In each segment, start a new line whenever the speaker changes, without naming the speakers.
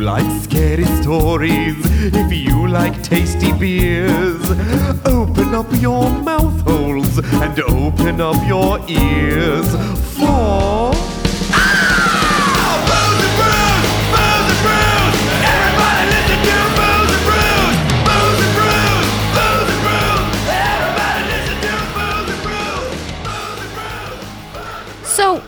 like scary stories, if you like tasty beers, open up your mouth holes and open up your ears for.
So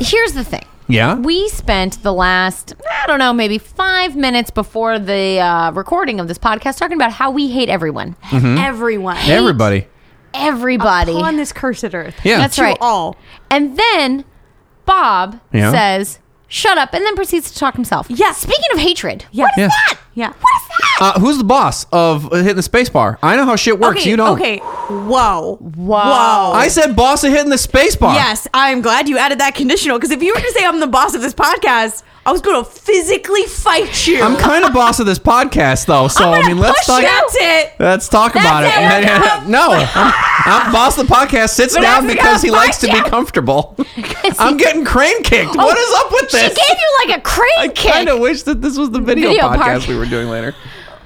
here's the thing.
Yeah?
We spent the last, I don't know, maybe five minutes before the uh, recording of this podcast talking about how we hate everyone.
Everyone.
Hmm? Everybody.
Everybody.
On this cursed earth.
Yeah.
That's
To
right.
all.
And then Bob
Yeah.
says, shut up, and then proceeds to talk himself.
Yeah.
Speaking of hatred.
Yeah.
What is
Yeah.
that?
Yeah.
What is that?
Uh, who's the boss of uh, hitting the space bar? I know how shit works.
Okay,
you don't.
Okay. Whoa.
Whoa.
I said boss of hitting the space bar.
Yes, I'm glad you added that conditional because if you were to say I'm the boss of this podcast, I was going to physically fight you.
I'm kind of boss of this podcast, though. So
I'm
I mean, let's
push
talk.
you. That's it.
Let's talk about it.
it. We're
no, I'm, I'm boss of the podcast. Sits
We're
down
not
because he
gonna
likes to
fight
be
you.
comfortable. I'm getting crane kicked.
Oh,
what is up with
She
this?
gave you like a crane
I
kick.
kind of wish that this was the video,
Video
podcast
part.
we were doing later.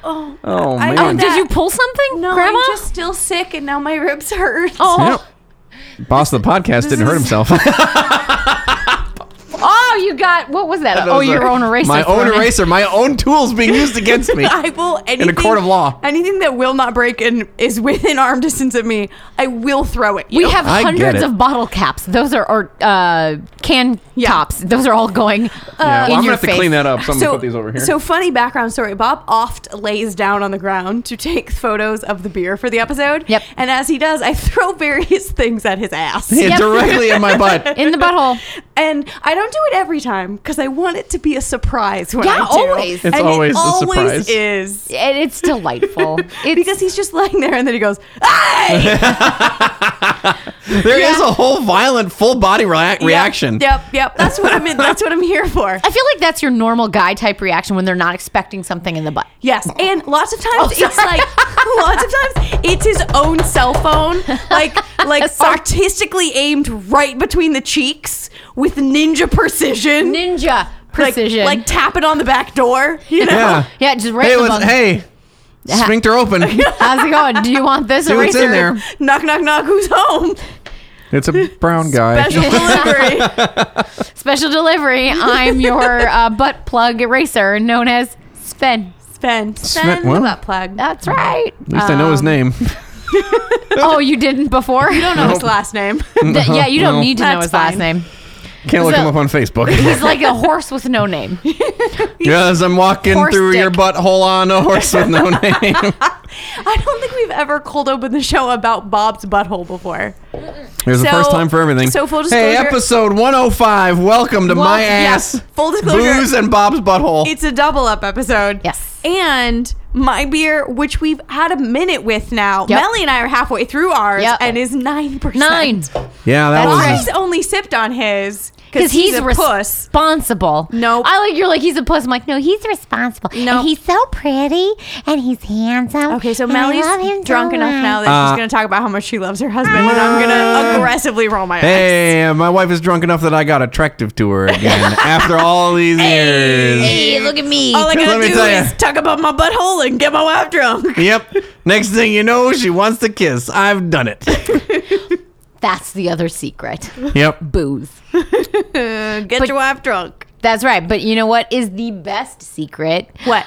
Oh,
I-
man.
I
Oh, did
that.
you pull something,
No,
Grandma?
I'm just still sick and now my ribs hurt.
oh,
Yep. Boss of the podcast didn't hurt
is-
himself.
oh, you got what was that? Oh, your own eraser.
My own
thrown in.
eraser. My own tools being used against me.
I will anything,
court of law.
Anything that will not break and is within arm distance of me, I will throw it.
We have
I get
hundreds
it.
of bottle caps. Those are or uh, can
Yeah.
tops. Those are all going uh,
yeah, well,
in
I'm gonna
your
have to
face.
clean that up. So I'm gonna put these over here.
so funny background story. Bob oft lays down on the ground to take photos of the beer for the episode.
Yep.
And as he does, I throw various things at his ass.
Yeah,
Yep.
directly in my butt.
in the butthole.
And I don't do it every time because I want it to be a surprise when
Yeah,
I do.
always.
It's
and
always
it
a
always
surprise.
is.
And it's delightful. It's,
because he's just lying there and then he goes, "Hey!"
There is a whole violent full body rea- reaction.
Yep, yep. That's what I'm in. That's what I'm here for.
I feel like that's your normal guy type reaction when they're not expecting something in the butt.
Yes, and lots of times
Oh, sorry.
it's like lots of times it's his own cell phone, like like
Sorry.
artistically aimed right between the cheeks with ninja precision,
Ninja
Like-
precision.
like, tapping on the back door. You know,
Yeah.
yeah, just right
Hey,
in the
what's,
bung.
hey, sphincter open.
How's it going? Do you want this
See what's
eraser?
in there.
knock knock knock. Who's home?
It's a brown guy.
Special delivery.
Special delivery. I'm your uh, butt plug eraser, known as Sven.
Sven, Sven,
what?
the butt plug.
That's right.
At least I know his
Um,
name.
Oh, you didn't before? You don't
Know his last name.
yeah, you don't
No.
need to know
That's
his last
fine.
name.
Can't look
So-
him up on Facebook.
He's like a horse with no name.
yes, I'm walking
Horse
through your
dick.
butthole on a horse with no name.
I don't think we've ever cold opened the show about Bob's butthole before.
There's a
So-
first time for everything.
so full
Hey,
disclosure-
episode 105. Welcome to
Well,
my
yeah,
ass.
full disclosure-
Booze and Bob's butthole.
It's a double up episode.
Yes.
And my beer, which we've had a minute with now,
Yep.
Melly and I are halfway through ours
Yep.
and is 9%.
Nine.
yeah, that
That's
was.
right.
Ours only sipped on his
Because
because he's,
he's,
a puss.
responsible.
Nope.
I like you're like he's a puss. I'm like, no, he's responsible. No.
Nope.
And he's so pretty and he's handsome.
Okay, so
and I
Melly's
love him so
drunk enough
much.
now that
Uh,
she's going to talk about how much she loves her husband, and I'm going to aggressively roll my eyes.
Hey, uh, my wife is drunk enough that I got attractive to her again after all these years.
Hey, look at me.
All I
Let
got
me
to do
tell ya.
is talk about my butthole and get my wife drunk.
Yep. Next thing you know, she wants to kiss. I've done it.
That's the other secret.
Yep.
Booze.
Get your wife drunk.
That's right. But you know what is the best secret?
What?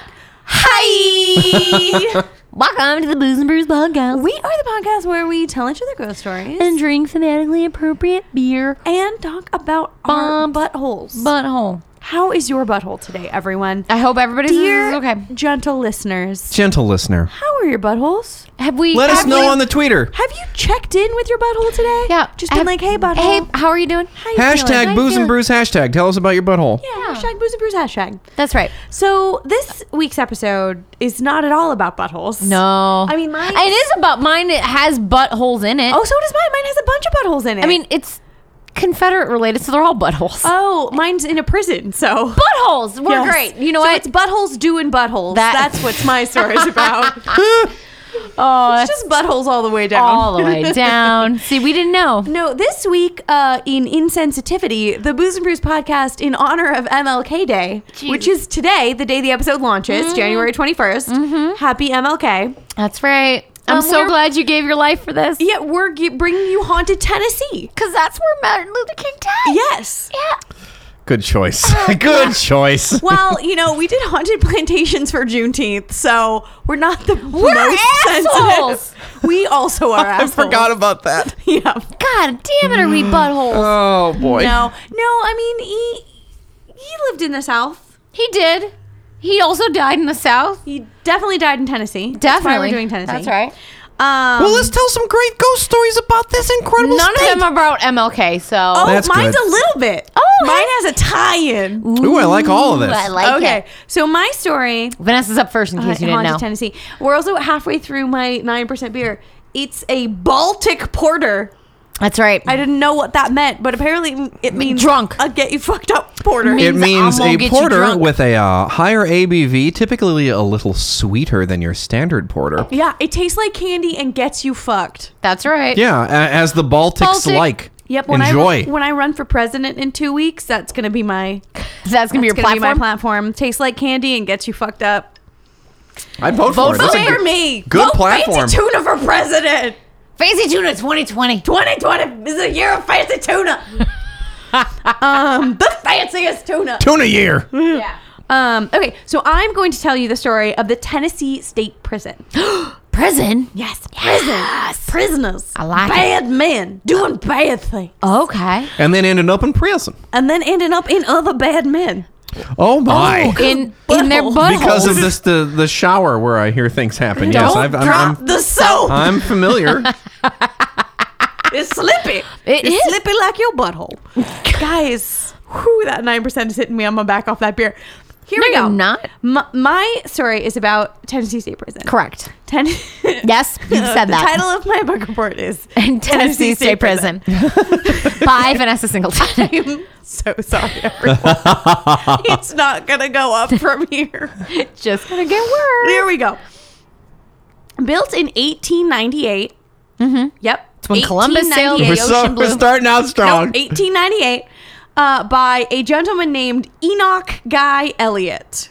Hi!
Welcome to the Booze and Brews podcast.
we are the podcast where we tell each other ghost stories.
and drink thematically appropriate beer.
and talk about
Bumps.
our buttholes.
Butthole.
How is your butthole today, everyone?
I hope everybody's
Dear
Uh, mm, okay.
gentle listeners,
Gentle listener.
how are your buttholes?
Have we?
Let us
have
know
we-
on the tweeter.
Have you checked in with your butthole today?
Yeah.
Just been
Have-
like, hey, butthole.
Hey, how are you doing?
how you
Hashtag
feeling?
boo-
booze and brews hashtag. Tell us about your butthole.
Yeah, hashtag booze and brews hashtag.
That's right.
So this week's episode is not at all about buttholes.
No.
I mean, mine-
It is about mine. It has buttholes in it.
Oh, so does mine. Mine has a bunch of buttholes in it.
I mean, it's Confederate related, so they're all buttholes.
oh, mine's in a prison, so.
buttholes. We're
Yes.
great. You know
So
what?
It's buttholes doing buttholes.
That-
That's what my story's about.
Oh,
It's
that's
just buttholes all the way down.
all the way down. See, we didn't know.
No, this week uh, in Insensitivity, the Booze and Brews podcast in honor of MLK Day,
Jeez.
which is today, the day the episode launches, January 21st. Happy MLK.
That's right. I'm
Um,
so
we're-
glad you gave your life for this.
Yeah, we're g- bringing you Haunted Tennessee.
Because that's where Martin Luther King died.
Yes.
Yeah.
Good choice. Good choice.
Well, you know, we did Haunted Plantations for Juneteenth, so we're not the
We're
most
assholes.
sensitive. We also are
I
assholes.
forgot about that.
Yeah.
God damn it, are
Mm.
we
Uh.
buttholes?
Oh boy.
No, no, I mean, he, he lived in the South.
He did. He also died in the South.
He definitely died in Tennessee. That's why
Definitely.
we're doing Tennessee.
That's right.
Um,
Well, let's tell some great ghost stories about this incredible
None
state.
of them are about MLK, so.
Oh,
That's
mine's
good.
a little bit.
Oh,
mine
hey.
has a tie-in.
Ooh, I like all of this.
I like
okay,
it.
so my story,
Vanessa's up first in
uh,
case you didn't
Haunted
know.
Tennessee. We're also halfway through my nine percent beer. It's a Baltic porter.
That's right.
I didn't know what that meant, but apparently it means
drunk.
A get you fucked up porter.
Me-
It
means
means
I'm gonna
a
get you
porter
drunk.
with a uh, higher ABV, typically a little sweeter than your standard porter.
yeah, it tastes like candy and gets you fucked.
That's right.
Yeah, a- as the Baltics
Baltic-
like.
Yep. When
Enjoy.
I when I run for president in two weeks, that's gonna be my
That's going to be your
that's gonna
platform.
be my platform. Tastes like candy and gets you fucked up.
I'd vote,
Vote
for it. That's
for
a
it.
Vote
good-
for me.
Good
Vote
platform.
Fancy tuna for president.
Fancy Tuna 2020.
2020 is a year of fancy tuna. um, the fanciest tuna.
Tuna year.
Yeah.
Um, okay, so I'm going to tell you the story of the Tennessee State Prison.
Prison?
Yes, prison. Prisoners.
I like it.
bad men doing bad things,
Okay.
and then ended up in prison.
and then ending up in other bad men.
Oh my.
in, in their buttholes.
Buttholes.
because of this, the, the shower where I hear things happen. yes,
Don't
I've, I'm,
drop
I'm,
the soap.
I'm familiar.
it's slippy.
It
it's
is.
slippy like your butthole, guys. Whew, that nine percent is hitting me. I'm gonna back off that beer. Here
No,
we go.
you're not.
My, my story is about Tennessee State Prison.
Correct.
Ten-
Yes, you've
Uh,
said
the
that.
title of my book report is
In Tennessee State Prison. By Vanessa Singleton.
I'm so sorry, everyone. it's not gonna go up from here.
Just going to get worse.
Here we go. Built in 1898. Mm-hmm. Yep. It's
when Columbus sailed.
we're,
Hey,
so, we're starting out strong.
1898 uh, by a gentleman named Enoch Guy Elliott.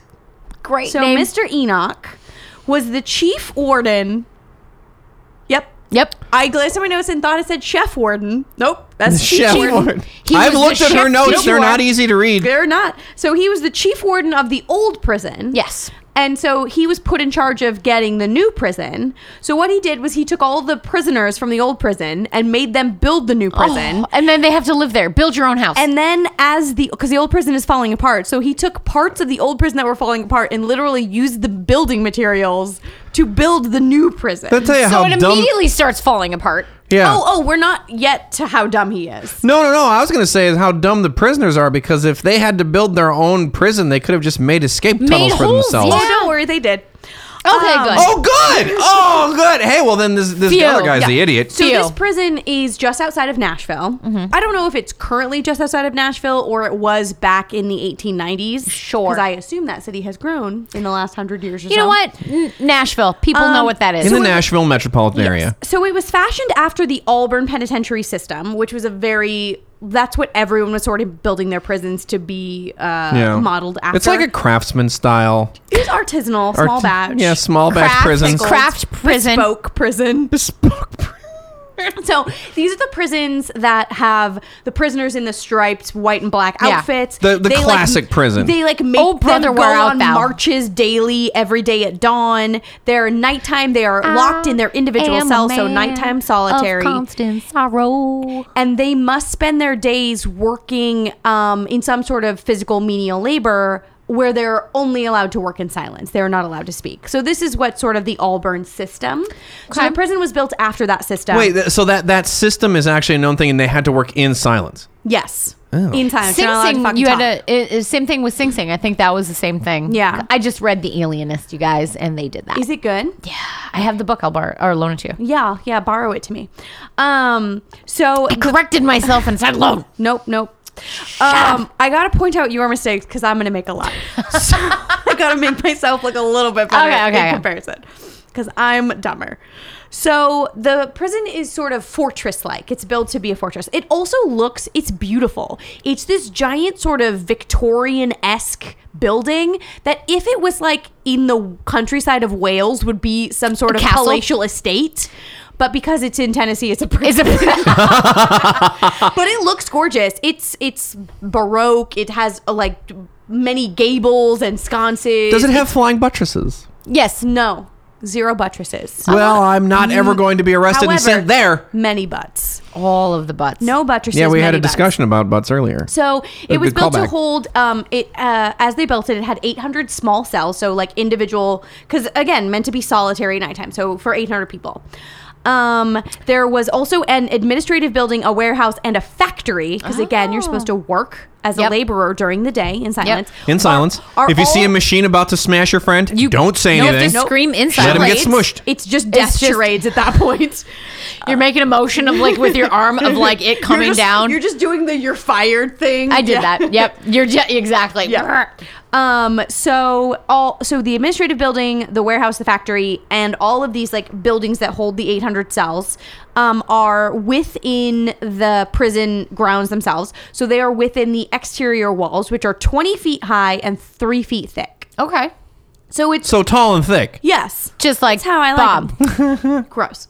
Great
So
name.
Mr. Enoch was the chief warden. Yep.
Yep.
I glanced at my notes and thought it said chef warden. Nope, that's chief
Chef
warden.
Warden.
He
I've
was
looked
the
at her
chef
notes. They're
before.
not easy to read.
They're not. So he was the chief warden of the old prison.
Yes.
And so he was put in charge of getting the new prison. So what he did was he took all the prisoners from the old prison and made them build the new prison.
Oh, and then they have to live there. Build your own house.
And then as the because the old prison is falling apart, so he took parts of the old prison that were falling apart and literally used the building materials to build the new prison.
I'll tell you
so
how
it
dumb.
immediately starts falling apart.
yeah.
Oh, oh, we're not yet to how dumb he is.
No, no, no. I was going to say is how dumb the prisoners are because if they had to build their own prison, they could have just made escape tunnels for
holes,
themselves.
yeah.
Oh, don't worry, they did.
Okay,
Um,
good.
Oh, good. Oh, good. Hey, well, then this, this
Phew.
other guy's
Yeah.
the idiot.
So
Deal.
this prison is just outside of Nashville.
Mm-hmm.
I don't know if it's currently just outside of Nashville or it was back in the 1890s.
Sure.
because I assume that city has grown in the last hundred years. or
you know
so.
what? N- Nashville. People know
Um,
what that is.
in the Nashville metropolitan area.
So it was fashioned after the Auburn Penitentiary System, which was a very that's what everyone was sort of building their prisons to be uh,
Yeah.
modeled after.
It's like a craftsman style.
it was artisanal,
or-
small batch,
Yeah, small batch
craft,
prisons.
craft prison.
bespoke prison.
Bespoke pri-
So these are the prisons that have the prisoners in the striped white and black
Yeah.
outfits.
The- the
They, like,
classic prison.
They like make
Oh, brother,
them go
we're out
on
thou.
marches daily, every day at dawn. They're nighttime. They are locked in their individual
am a
cells, so
man
nighttime
of
solitary.
constant sorrow.
and they must spend their days working um, in some sort of physical menial labor where they're only allowed to work in silence. They're not allowed to speak. So this is what sort of the Auburn system. So
Okay.
the prison was built after that system.
Wait, th- so that that system is actually a known thing, and they had to work in silence.
yes. In silence.
Sing
You're not allowed to
Sing,
fucking
you
talk.
had a it, it- same thing with Sing Sing. I think that was the same thing.
Yeah.
I just read The Alienist, you guys, and they did that.
Is it good?
yeah, I have the book. I'll borrow or loan it to you.
Yeah, yeah, borrow it to me. Um so
Corrected myself and said loan.
Nope, nope. Um, I gotta point out your mistakes because I'm gonna make a lot. So I gotta make myself look a little bit better
Okay, okay,
in
okay.
comparison. because I'm dumber. So the prison is sort of fortress like. It's built to be a fortress. It also looks, it's beautiful. It's this giant sort of Victorian esque building that if it was like in the countryside of Wales would be some sort of
castle?
palatial estate. But because it's in Tennessee, it's a prison. but it looks gorgeous. It's it's baroque. It has uh, like many gables and sconces.
Does it have flying buttresses?
yes.
No, zero buttresses.
Well, I'm not ever going to be arrested and sent there.
Many butts.
All of the butts.
No buttresses.
Yeah, we had
many
a
butts.
discussion about butts earlier.
So
A
it was
good
built to
callback.
hold um, it uh, as they built it. It had 800 small cells, so like individual, because again, meant to be solitary nighttime. So for 800 people, um, there was also an administrative building, a warehouse, and a factory. Because again, you're supposed to work as
Ah. Yep.
a laborer during the day in silence.
In silence.
are
if you see a
all-
machine about to smash your friend, you don't say
no,
anything.
Just scream inside.
Let him get
It's-
smushed.
It's just death
just-
charades at that point.
You're making a motion of like with your arm of like it coming
You're just-
down.
You're just doing the you're fired thing.
I did
Yeah.
that. Yep. You're just, exactly.
Yeah. Um. So all so the administrative building, the warehouse, the factory, and all of these like buildings that hold the 800 cells, um, are within the prison grounds themselves. So they are within the exterior walls, which are 20 feet high and three feet thick.
Okay.
So it's
so tall and thick.
yes,
Just like
That's how I like
Bob.
'em. gross.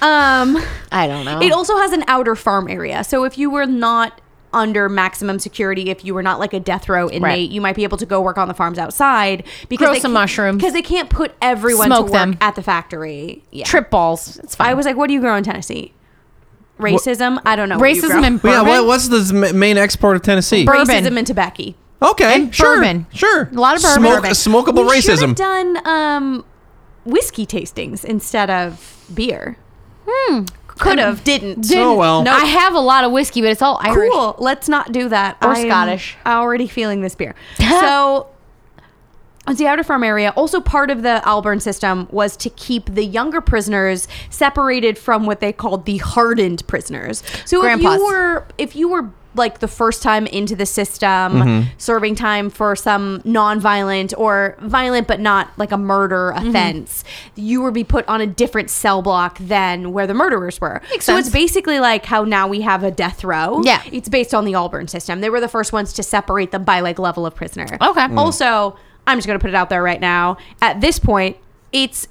Um.
I don't know.
It also has an outer farm area. So if you were not under maximum security, if you were not like a death row inmate,
Right.
you might be able to go work on the farms outside because
Grow
they
some
can't-
mushrooms.
Because they can't put everyone to
Smoke
work
them.
at the factory. Yeah.
trip balls. It's fine.
I was like, what do you grow in Tennessee? Racism? I don't know. what you grow.
racism and
Yeah,
bourbon.
what, what's the m- main export of Tennessee?
Bur-
racism
bourbon.
and tobacco.
okay,
and
sure,
bourbon.
sure.
A lot of bourbon.
Smoke,
Bourbon.
Smokable
We should
racism.
have done um, whiskey tastings instead of beer. Hmm. Could have. Didn't.
Oh, well.
No,
I have a lot of whiskey, but it's all Irish.
Cool. Let's not do that.
Or
I am
Scottish.
Already feeling this beer. so it's the outer farm area. Also, part of the Alburn system was to keep the younger prisoners separated from what they called the hardened prisoners. So if
Grandpas.
you were, if you were like the first time into the system,
Mm-hmm.
serving time for some non-violent or violent but not like a murder
Mm-hmm.
offense, you would be put on a different cell block than where the murderers were.
Makes
so
sense.
it's basically like how now we have a death row.
Yeah.
It's based on the Auburn system. They were the first ones to separate them by like level of prisoner.
Okay. Mm.
Also, I'm just going to put it out there right now. At this point, it's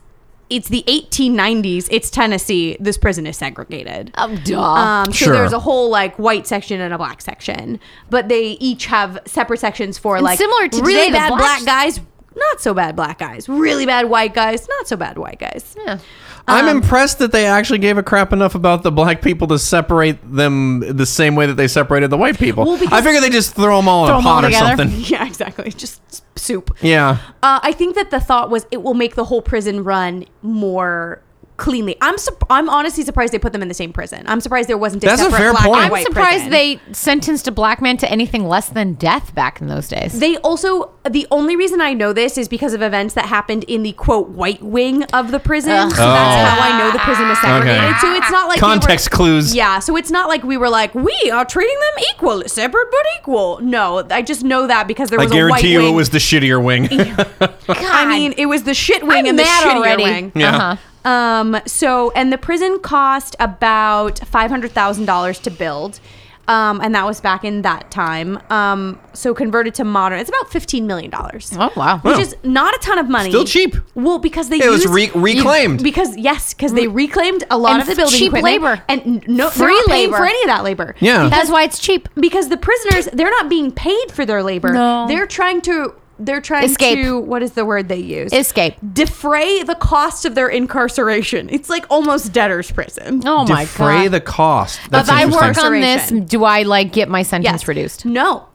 it's the 1890s. It's Tennessee. This prison is segregated.
Oh, duh.
Um, so
Sure.
there's a whole like white section and a black section, but they each have separate sections for like
similar to
really
today, the
bad
black-
black guys, not so bad black guys, really bad white guys, not so bad white guys.
Yeah.
I'm
Um,
impressed that they actually gave a crap enough about the black people to separate them the same way that they separated the white people.
Well, because-
I figure they just throw them all in
Throw
a
'em all
pot or
together.
something.
Yeah, exactly. Just s- soup.
Yeah.
Uh, I think that the thought was it will make the whole prison run more cleanly. I'm sup- I'm honestly surprised they put them in the same prison. I'm surprised there wasn't a
That's a
separate
fair
black
point.
and
I'm
I'm
white
surprised
prison.
they sentenced a black man to anything less than death back in those days.
They also the only reason I know this is because of events that happened in the quote white wing of the prison. So
Oh.
that's how I know the prison was segregated.
Okay.
So it's not like they were-
Context clues.
Yeah, so it's not like we were like we are treating them equal, separate but equal. No, I just know that because there
I
was a white
guarantee you
wing.
it was the shittier wing.
I mean, it was the shit wing
I'm
and the
mad
shittier
already.
wing.
Yeah.
Uh-huh.
Um, so, and the prison cost about $500,000 to build. Um, and that was back in that time. Um, so converted to modern, it's about $15 million.
Oh, wow.
Which is not a ton of money.
Still cheap.
Well, because they
It was
used-
re- reclaimed.
Because, yes, because they reclaimed a lot
Mm. And
of the building
cheap
equipment
labor.
And n- no, they're
Free
not paying
labor.
for any of that labor.
Yeah.
That's why it's cheap.
Because the prisoners, they're not being paid for their labor.
No.
They're trying to, they're trying
Escape.
to, what is the word they use?
Escape.
defray the cost of their incarceration. It's like almost debtor's prison.
Oh my
Defray
god.
the cost. That's
if I
interesting.
work on this,
Incarceration.
do I like get my sentence reduced?
No.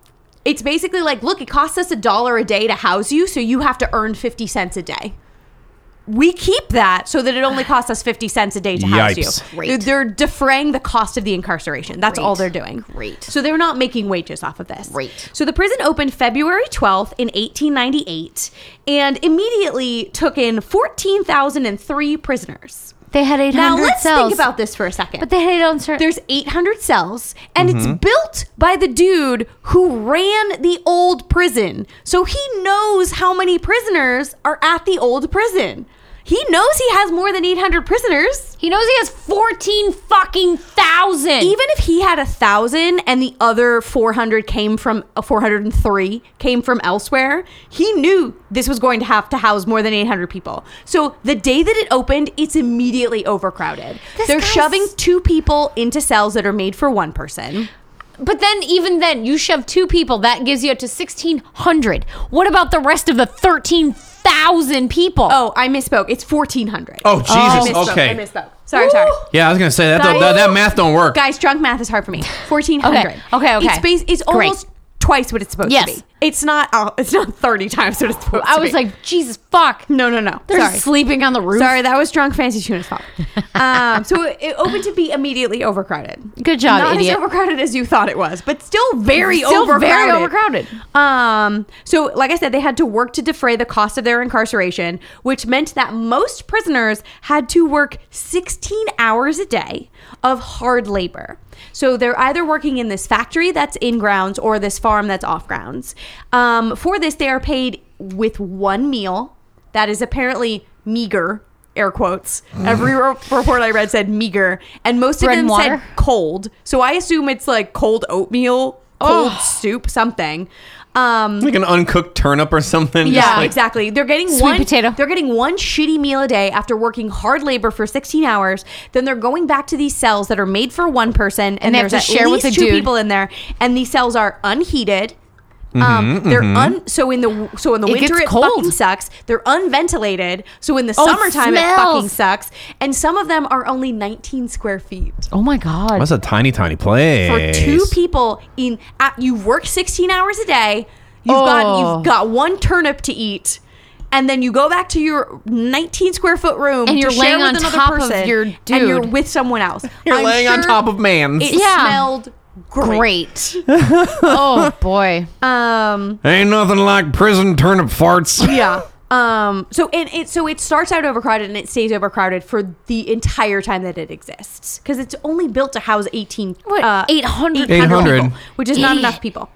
It's basically like, look, it costs us a dollar a day to house you, so you have to earn 50 cents a day. We keep that so that it only costs us 50 cents a day to house
Yipes.
you. They're, they're defraying the cost of the incarceration. That's all they're
Great.
doing.
Great.
So they're not making wages off of this.
Great.
So the prison opened February 12th in 1898 and immediately took in 14,003 prisoners.
They had 800
Now let's
cells.
think about this for a second.
but they had it on certain.
There's 800 cells, and it's built by the dude who ran the old prison. So he knows how many prisoners are at the old prison. He knows he has more than 800 prisoners.
He knows he has 14 fucking thousand.
Even if he had a thousand and the other 400 came from uh, 403 came from elsewhere, he knew this was going to have to house more than 800 people. So the day that it opened, it's immediately overcrowded.
This
They're
guy's-
shoving two people into cells that are made for one person.
But then, even then, you shove two people, that gives you up to 1,600. What about the rest of the 13,000 people?
Oh, I misspoke. It's 1400.
Oh, Jesus.
I misspoke.
okay.
I misspoke. Sorry, sorry.
Ooh.
Yeah, I was gonna say that.
Guys-
that, that math don't work.
Guys, drunk math is hard for me. 1400.
Okay, okay, okay.
It's, bas- it's
Great.
almost twice what it's supposed
Yes.
to be. It's not uh, it's not 30 times what it's supposed to
I
be.
was like, Jesus fuck.
no, no, no.
They're
sorry.
sleeping on the roof.
Sorry, that was drunk fancy tuna's fault. um, so it, it opened to be immediately overcrowded.
Good job,
Not
idiot.
as overcrowded as you thought it was, but still very
Still
overcrowded.
very overcrowded.
Um, so like I said, they had to work to defray the cost of their incarceration, which meant that most prisoners had to work 16 hours a day of hard labor. So they're either working in this factory that's in grounds or this farm that's off grounds. Um, for this, they are paid with one meal that is apparently meager. Air quotes. Every re- report I read said meager, and most
Bread
of them
and
said
water?
cold. So I assume it's like cold oatmeal, cold soup, something. Um,
like an uncooked turnip or something. just
yeah,
like-
exactly. They're getting
Sweet
one
potato.
They're getting one shitty meal a day after working hard labor for 16 hours. Then they're going back to these cells that are made for one person, and,
And they have
there's
to
at
share with
least
a
two
dude.
people in there, and these cells are unheated. um, they're un so in the so in the
Mm-hmm, It
winter
gets
it
cold.
fucking sucks. They're unventilated, so in the
Oh, it
summertime it,
smells.
fucking sucks. And some of them are only 19 square feet
Oh my God.
That's a tiny, tiny place.
for two people in at, you work 16 hours a day you've got
Oh.
you've got one turnip to eat and then you go back to your 19 square foot room
And
to
you're laying
share with
on
another
top of
person
your
and you're
dude.
with someone else
You're
I'm
laying on
sure
top of man's.
it
Yeah.
smelled great.
Great. oh boy.
um
Ain't nothing like prison turnip farts.
yeah um so and it so it starts out overcrowded and it stays overcrowded for the entire time that it exists because it's only built to house uh, 18
What, 800?
800.
people, which is not
Idiot.
enough people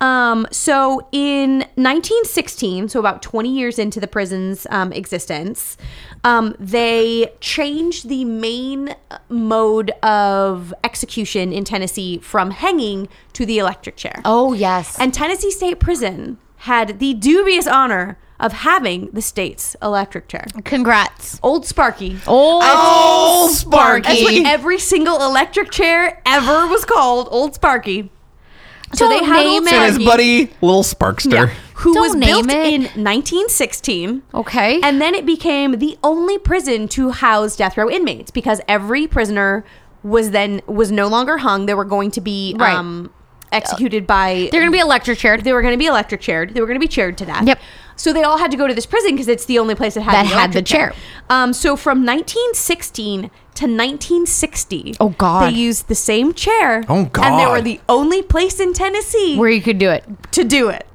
um so in 1916 so about 20 years into the prison's um, existence um they changed the main uh, mode of execution in tennessee from hanging to the electric chair
Oh yes.
and Tennessee State Prison had the dubious honor of having the state's electric chair.
congrats.
Old Sparky.
Old
Old
Sparky.
That's what every single electric chair ever was called, Old Sparky. So
Don't
they had
name
Old
it.
and his
Sparky,
buddy, Little Sparkster.
yeah, who
Don't
was
name
built
it.
in 1916.
Okay.
And then it became the only prison to house death row inmates because every prisoner was then was no longer hung. They were going to be
Right.
um, executed by
They're gonna be electric chaired.
they were going to be electric chaired. They were going to be chaired to death.
Yep.
So they all had to go to this prison because it's the only place that had
That
the
had the
electric
chair.
Um, so from 1916 to 1960,
Oh, God.
they used the same chair.
Oh,
And they were
God.
the only place in Tennessee
Where you could do it.
to do it.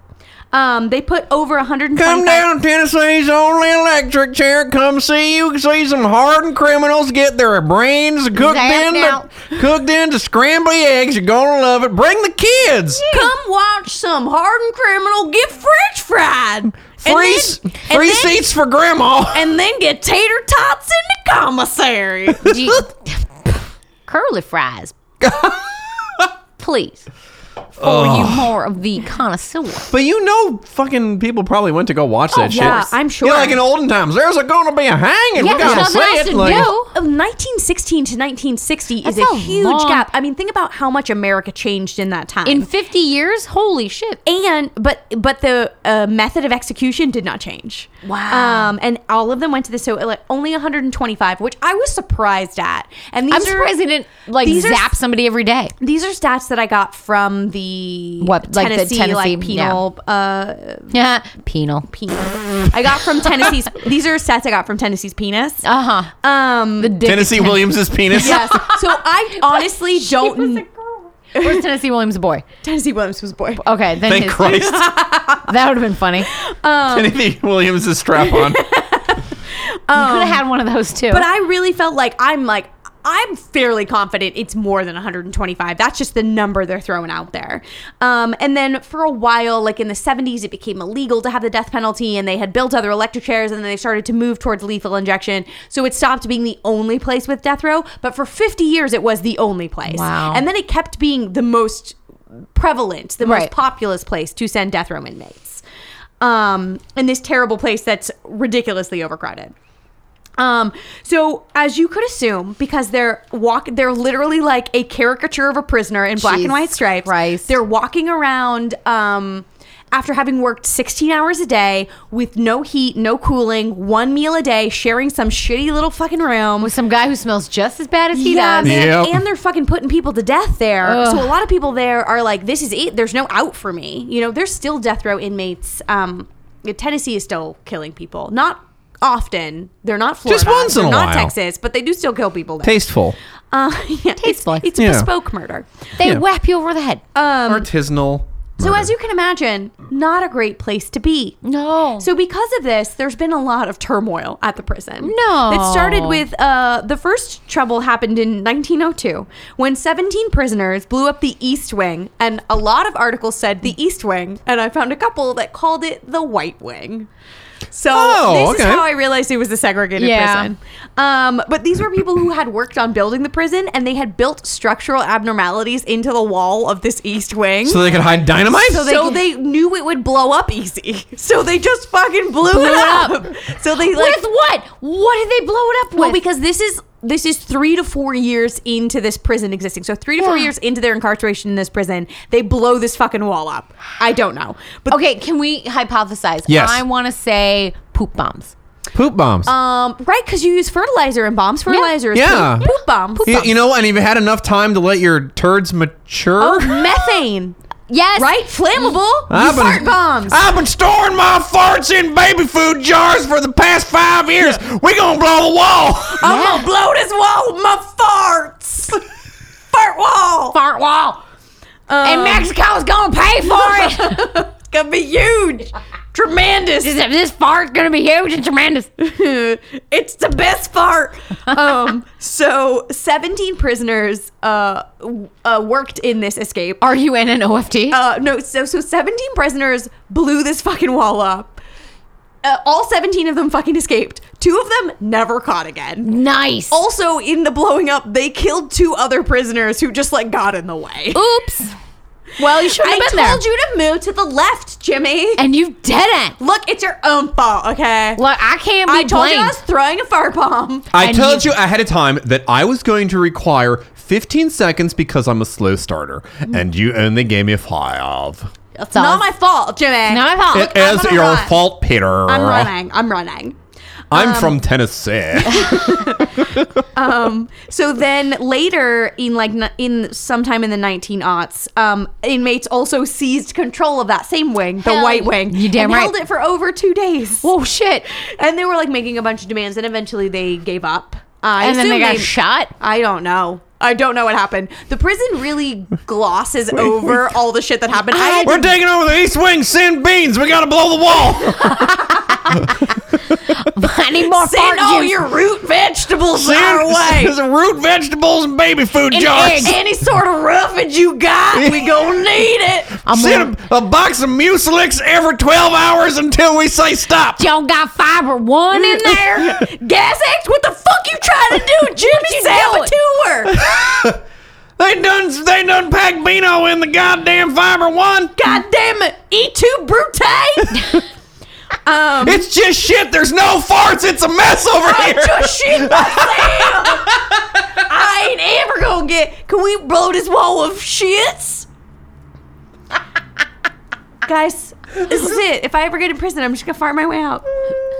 Um, they put over 125.
Come down, Tennessee's only electric chair. Come see you see some hardened criminals get their brains cooked
Zapped
in
out.
cooked into scrambly eggs. You're gonna love it. Bring the kids.
Come watch some hardened criminal get French fried. And
Free
then-
s-
and
free
then-
seats for grandma.
And then get tater tots in the commissary.
Gee. Curly fries. Please. For you more of the connoisseur.
But you know, fucking people probably went to go watch that shit.
Oh, yeah, I'm sure.
You know, like in olden times, there's a gonna be a hanging.
Yeah,
we
there's
gotta
nothing
see
else
it.
to
like-
do.
Of 1916 oh, to 1960
That's
is a,
a
huge
long-
gap. I mean, think about how much America changed in that time.
In 50 years? Holy shit.
and but but the uh, method of execution did not change.
Wow.
Um, and all of them went to this. So uh, like only 125, which I was surprised at. And these
I'm
are,
surprised they didn't like
these are-
zap somebody every day.
These are stats that I got from the
What, like the
Tennessee, like
Tennessee, yeah.
penal uh,
Yeah. Penal.
penis. I got from Tennessee's. these are stats I got from Tennessee's penis.
Uh huh.
Um,
The dick.
Tennessee Williams's penis.
yes. So I honestly don't.
Where's Tennessee Williams a boy?
Tennessee Williams was a boy.
Okay, then
Thank
his-
Christ.
that would have been funny. You
Um,
Tennessee Williams is strap
Um,
on.
could have had one of those too.
But I really felt like I'm like I'm fairly confident it's more than 125. That's just the number they're throwing out there. Um, and then for a while, like in the 70s, it became illegal to have the death penalty, and they had built other electric chairs, and then they started to move towards lethal injection. So it stopped being the only place with death row. But for 50 years, it was the only place.
Wow.
And then it kept being the most prevalent, the
Right.
most populous place to send death row inmates. Um, in this terrible place that's ridiculously overcrowded. Um, so as you could assume, because they're walk, they're literally like a caricature of a prisoner in black and white
Jesus
stripes.
Christ.
They're walking around, um, after having worked 16 hours a day with no heat, no cooling, one meal a day, sharing some shitty little fucking room
With some guy who smells just as bad as he
yeah,
does.
man.
Yep.
And they're fucking putting people to death there. So a lot of people there are like, this is it. There's no out for me. You know, there's still death row inmates. Um, Tennessee is still killing people. Not often. They're not Florida.
Just once in
They're
a
not
while.
Texas, but they do still kill people there.
Tasteful,
Uh, yeah, it's-
Tasteful.
It's,
Yeah.
bespoke murder.
They
Yeah.
whap you over the head.
Uh, Um,
artisanal.
So as you can imagine, not a great place to be.
no.
So because of this, there's been a lot of turmoil at the prison.
No.
It started with uh, the first trouble happened in 1902 when 17 prisoners blew up the East Wing, and a lot of articles said the East Wing, and I found a couple that called it the White Wing. So
Oh,
this
okay.
is how I realized it was a segregated
Yeah.
prison. Um, but these were people who had worked on building the prison, and they had built structural abnormalities into the wall of this East Wing.
So they could hide dynamite.
So they, knew it would blow up easy. So they just fucking blew,
Blew
it
it
up. So they like
with what? What did they blow it up with?
well because this is this is three to four years into this prison existing. So three to four
Yeah.
years into their incarceration in this prison, they blow this fucking wall up. I don't know, but
okay, can we hypothesize?
Yes.
I want to say poop bombs.
poop bombs.
um, right because you use fertilizer and bombs. Fertilizer is
Yeah.
poop, poop bomb. Poop
you,
bomb.
you know, and you've had enough time to let your turds mature.
oh, methane.
Yes.
Right, flammable
I've
fart bombs.
I've been storing my farts in baby food jars for the past five years. We gonna blow the wall.
I'm gonna blow this wall with my farts. Fart wall.
Fart wall.
Um,
and Mexico's going to pay for it.
It's gonna be huge, tremendous.
this, this fart's going to be huge and tremendous.
it's the best part. Um, so 17 prisoners uh, w- uh, worked in this escape.
Are you in an OFT?
Uh, no, so so 17 prisoners blew this fucking wall up. Uh, all 17 of them fucking escaped. Two of them never caught again.
nice.
Also, in the blowing up, they killed two other prisoners who just like got in the way.
Oops. Well, you should
I
have
told
been there.
you to move to the left, Jimmy.
and you didn't.
Look, it's your own fault, okay?
Look, I can't be
I told
blamed.
you I was throwing a fire bomb.
I
And
told you ahead of time that I was going to require 15 seconds because I'm a slow starter,
Mm-hmm.
and you only gave me five.
It's
all.
not my fault, Jimmy.
Not my fault.
Oh, Look,
It
I'm
is
gonna
your
run.
fault, Peter.
I'm running. Um, I'm running.
I'm from Tennessee.
So then later in like n- in sometime in the 19 aughts, um, inmates also seized control of that same wing, the
Hell
White
yeah.
Wing.
You damn
and
right.
Held it for over two days.
Whoa, Oh, shit.
And they were like making a bunch of demands, and eventually they gave up. I
and then they
assume
got shot.
I don't know. I don't know what happened. The prison really glosses over all the shit that happened. I had
We're
to-
taking over the East Wing. Send beans. We gotta blow the wall.
I need more fart
send all
juice.
your root vegetables our way.
Send root vegetables and baby food
And
jars.
eggs.
Any sort of roughage you got, we gonna need it.
I'm
Send a, a box of mucilix every 12 hours until we say stop.
Y'all got fiber one in there.
Gas X, what the fuck you trying to do, Jimmy Saboteur?
They done they done packed Beano in the goddamn fiber one.
God damn it, E2 Brute. um,
It's just shit. There's no farts. It's a mess over
I
here.
just shit myself. I ain't ever gonna get. Can we blow this wall of shits? Guys, this is it. If I ever get in prison, I'm just gonna fart my way out.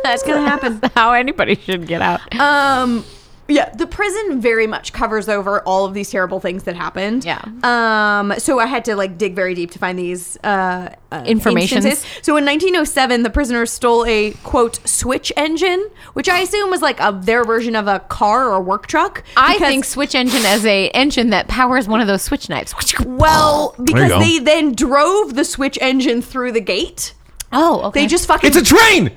That's gonna happen.
How anybody should get out.
Um, yeah, the prison very much covers over all of these terrible things that happened.
Yeah.
Um, so I had to like dig very deep to find these uh, uh
Informations.
instances. So in 1907, the prisoners stole a quote switch engine, which I assume was like a their version of a car or a work truck.
I
because-
think switch engine as a engine that powers one of those switch knives.
Well, because
go.
they then drove the switch engine through the gate.
Oh, okay.
They just fucking
It's a train.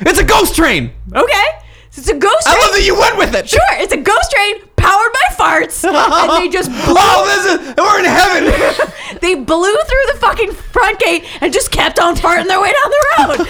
It's a ghost train.
okay. So it's a ghost.
I
train.
love that you went with it.
Sure, it's a ghost train powered powered by farts, and they just blew,
Oh, this is we're in heaven.
they blew through the fucking front gate and just kept on farting their way down the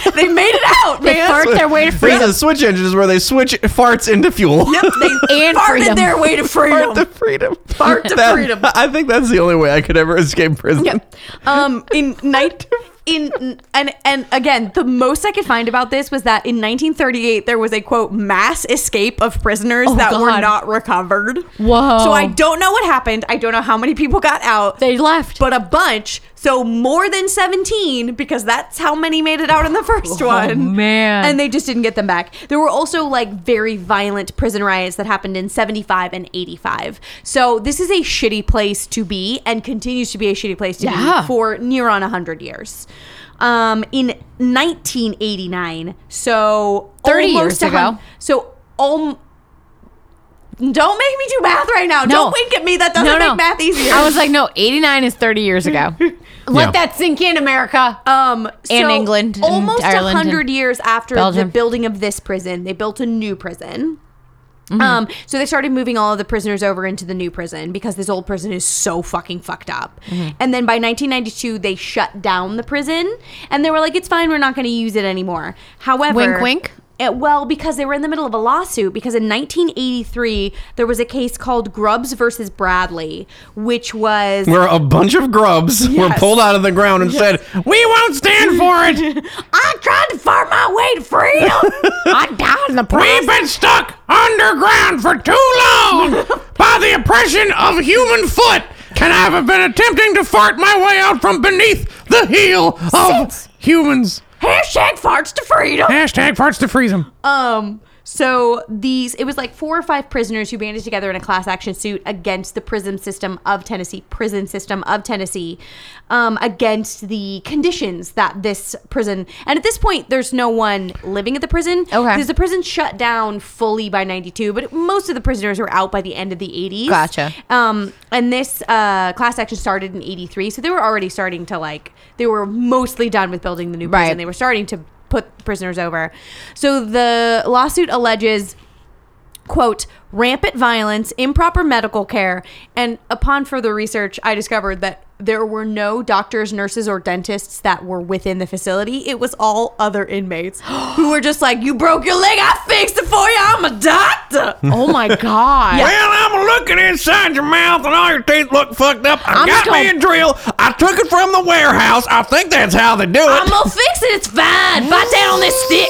road. They made it out,
They
man.
fart their way to freedom.
Yeah, the switch engine is where they switch farts into fuel.
Yep, they
And
farted
freedom.
their way to freedom.
Fart to freedom.
Fart to
That-
freedom.
I think that's the only way I could ever escape prison.
Yeah. Um. In night. In and and again, the most I could find about this was that in 1938 there was a quote mass escape of prisoners
Oh,
that were
God.
not recovered.
Whoa.
So I don't know what happened. I don't know how many people got out,
They left.
but a bunch. So more than 17 because that's how many made it out in the first
Oh,
one.
man.
And they just didn't get them back. There were also like very violent prison riots that happened in 75 and 85. So this is a shitty place to be and continues to be a shitty place to
Yeah.
be for near on 100 years. Um, in 1989, so
30
almost
years
a hun-
ago.
So um, don't make me do math right now. Don't wink at me. That doesn't
No,
make
no.
math easier.
I was like, no, 89 is 30 years ago. Let
Yeah.
that sink in, America.
Um,
And
so
England and
almost a
Ireland and
hundred years after
Belgium.
the building of this prison, they built a new prison.
Mm-hmm.
Um, so they started moving all of the prisoners over into the new prison because this old prison is so fucking fucked up.
Mm-hmm.
And then by 1992, they shut down the prison, and they were like, "It's fine, we're not going to use it anymore." However,
Wink, wink.
Uh, well, because they were in the middle of a lawsuit. Because in 1983, there was a case called Grubbs versus Bradley, which was
Where a bunch of grubs were
Yes.
pulled out of the ground and said, "We won't stand for it.
I tried to find my way to freedom.
I died in the
We've been stuck underground for too long by the oppression of human foot, and I have been attempting to fart my way out from beneath the heel of humans."
Hashtag farts to freedom.
Hashtag farts to freeze them.
Um, so these it was like four or five prisoners who banded together in a class action suit against the prison system of Tennessee, prison system of Tennessee, um, against the conditions that this prison and at this point there's no one living at the prison.
Okay.
Because the prison shut down fully by ninety two, but most of the prisoners were out by the end of the eighties.
Gotcha.
Um, and this uh, class action started in '83, so they were already starting to like they were mostly done with building the new prison.
Right.
They were starting to put prisoners over. So the lawsuit alleges quote rampant violence improper medical care and upon further research i discovered that there were no doctors nurses or dentists that were within the facility it was all other inmates who were just like you broke your leg i fixed it for you i'm a doctor
Oh my God.
Well, I'm looking inside your mouth, and all your teeth look fucked up. I
I'm
got
gonna-
me a drill. I took it from the warehouse. I think that's how they do
I'm
it.
gonna fix it. It's fine. Bite down on this stick.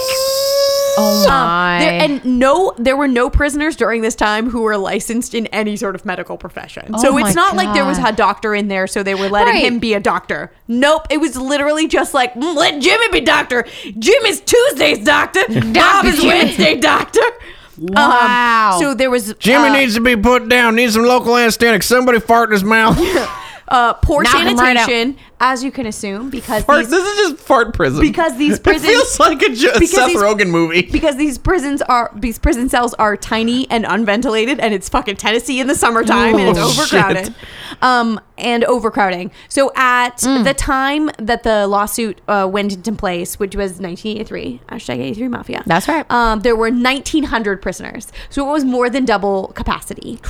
Oh my.
There, and no, there were no prisoners during this time who were licensed in any sort of medical profession. so
Oh
it's
my
not like there was
God.
a doctor in there, so they were letting
Right.
him be a doctor. Nope, it was literally just like "Mm, let Jimmy be doctor. Jim is Tuesday's doctor. Bob is
Jimmy.
Wednesday doctor.
Wow.
so there was
Jimmy
uh,
needs to be put down. Needs some local anesthetic. Somebody fart in his mouth.
uh, poor
Knock him right out.
sanitation, as you can assume, because
fart,
these,
this is just fart prison.
because these prisons
it feels like a ju-
because
Seth
these-
Rogen movie.
because these prisons are these prison cells are tiny and unventilated and it's fucking Tennessee in the summertime and it's
Oh, shit.
overcrowded um and overcrowding so at the time that the lawsuit uh, went into place which was 1983 hashtag 83 mafia
That's right.
um there were 1900 prisoners so it was more than double capacity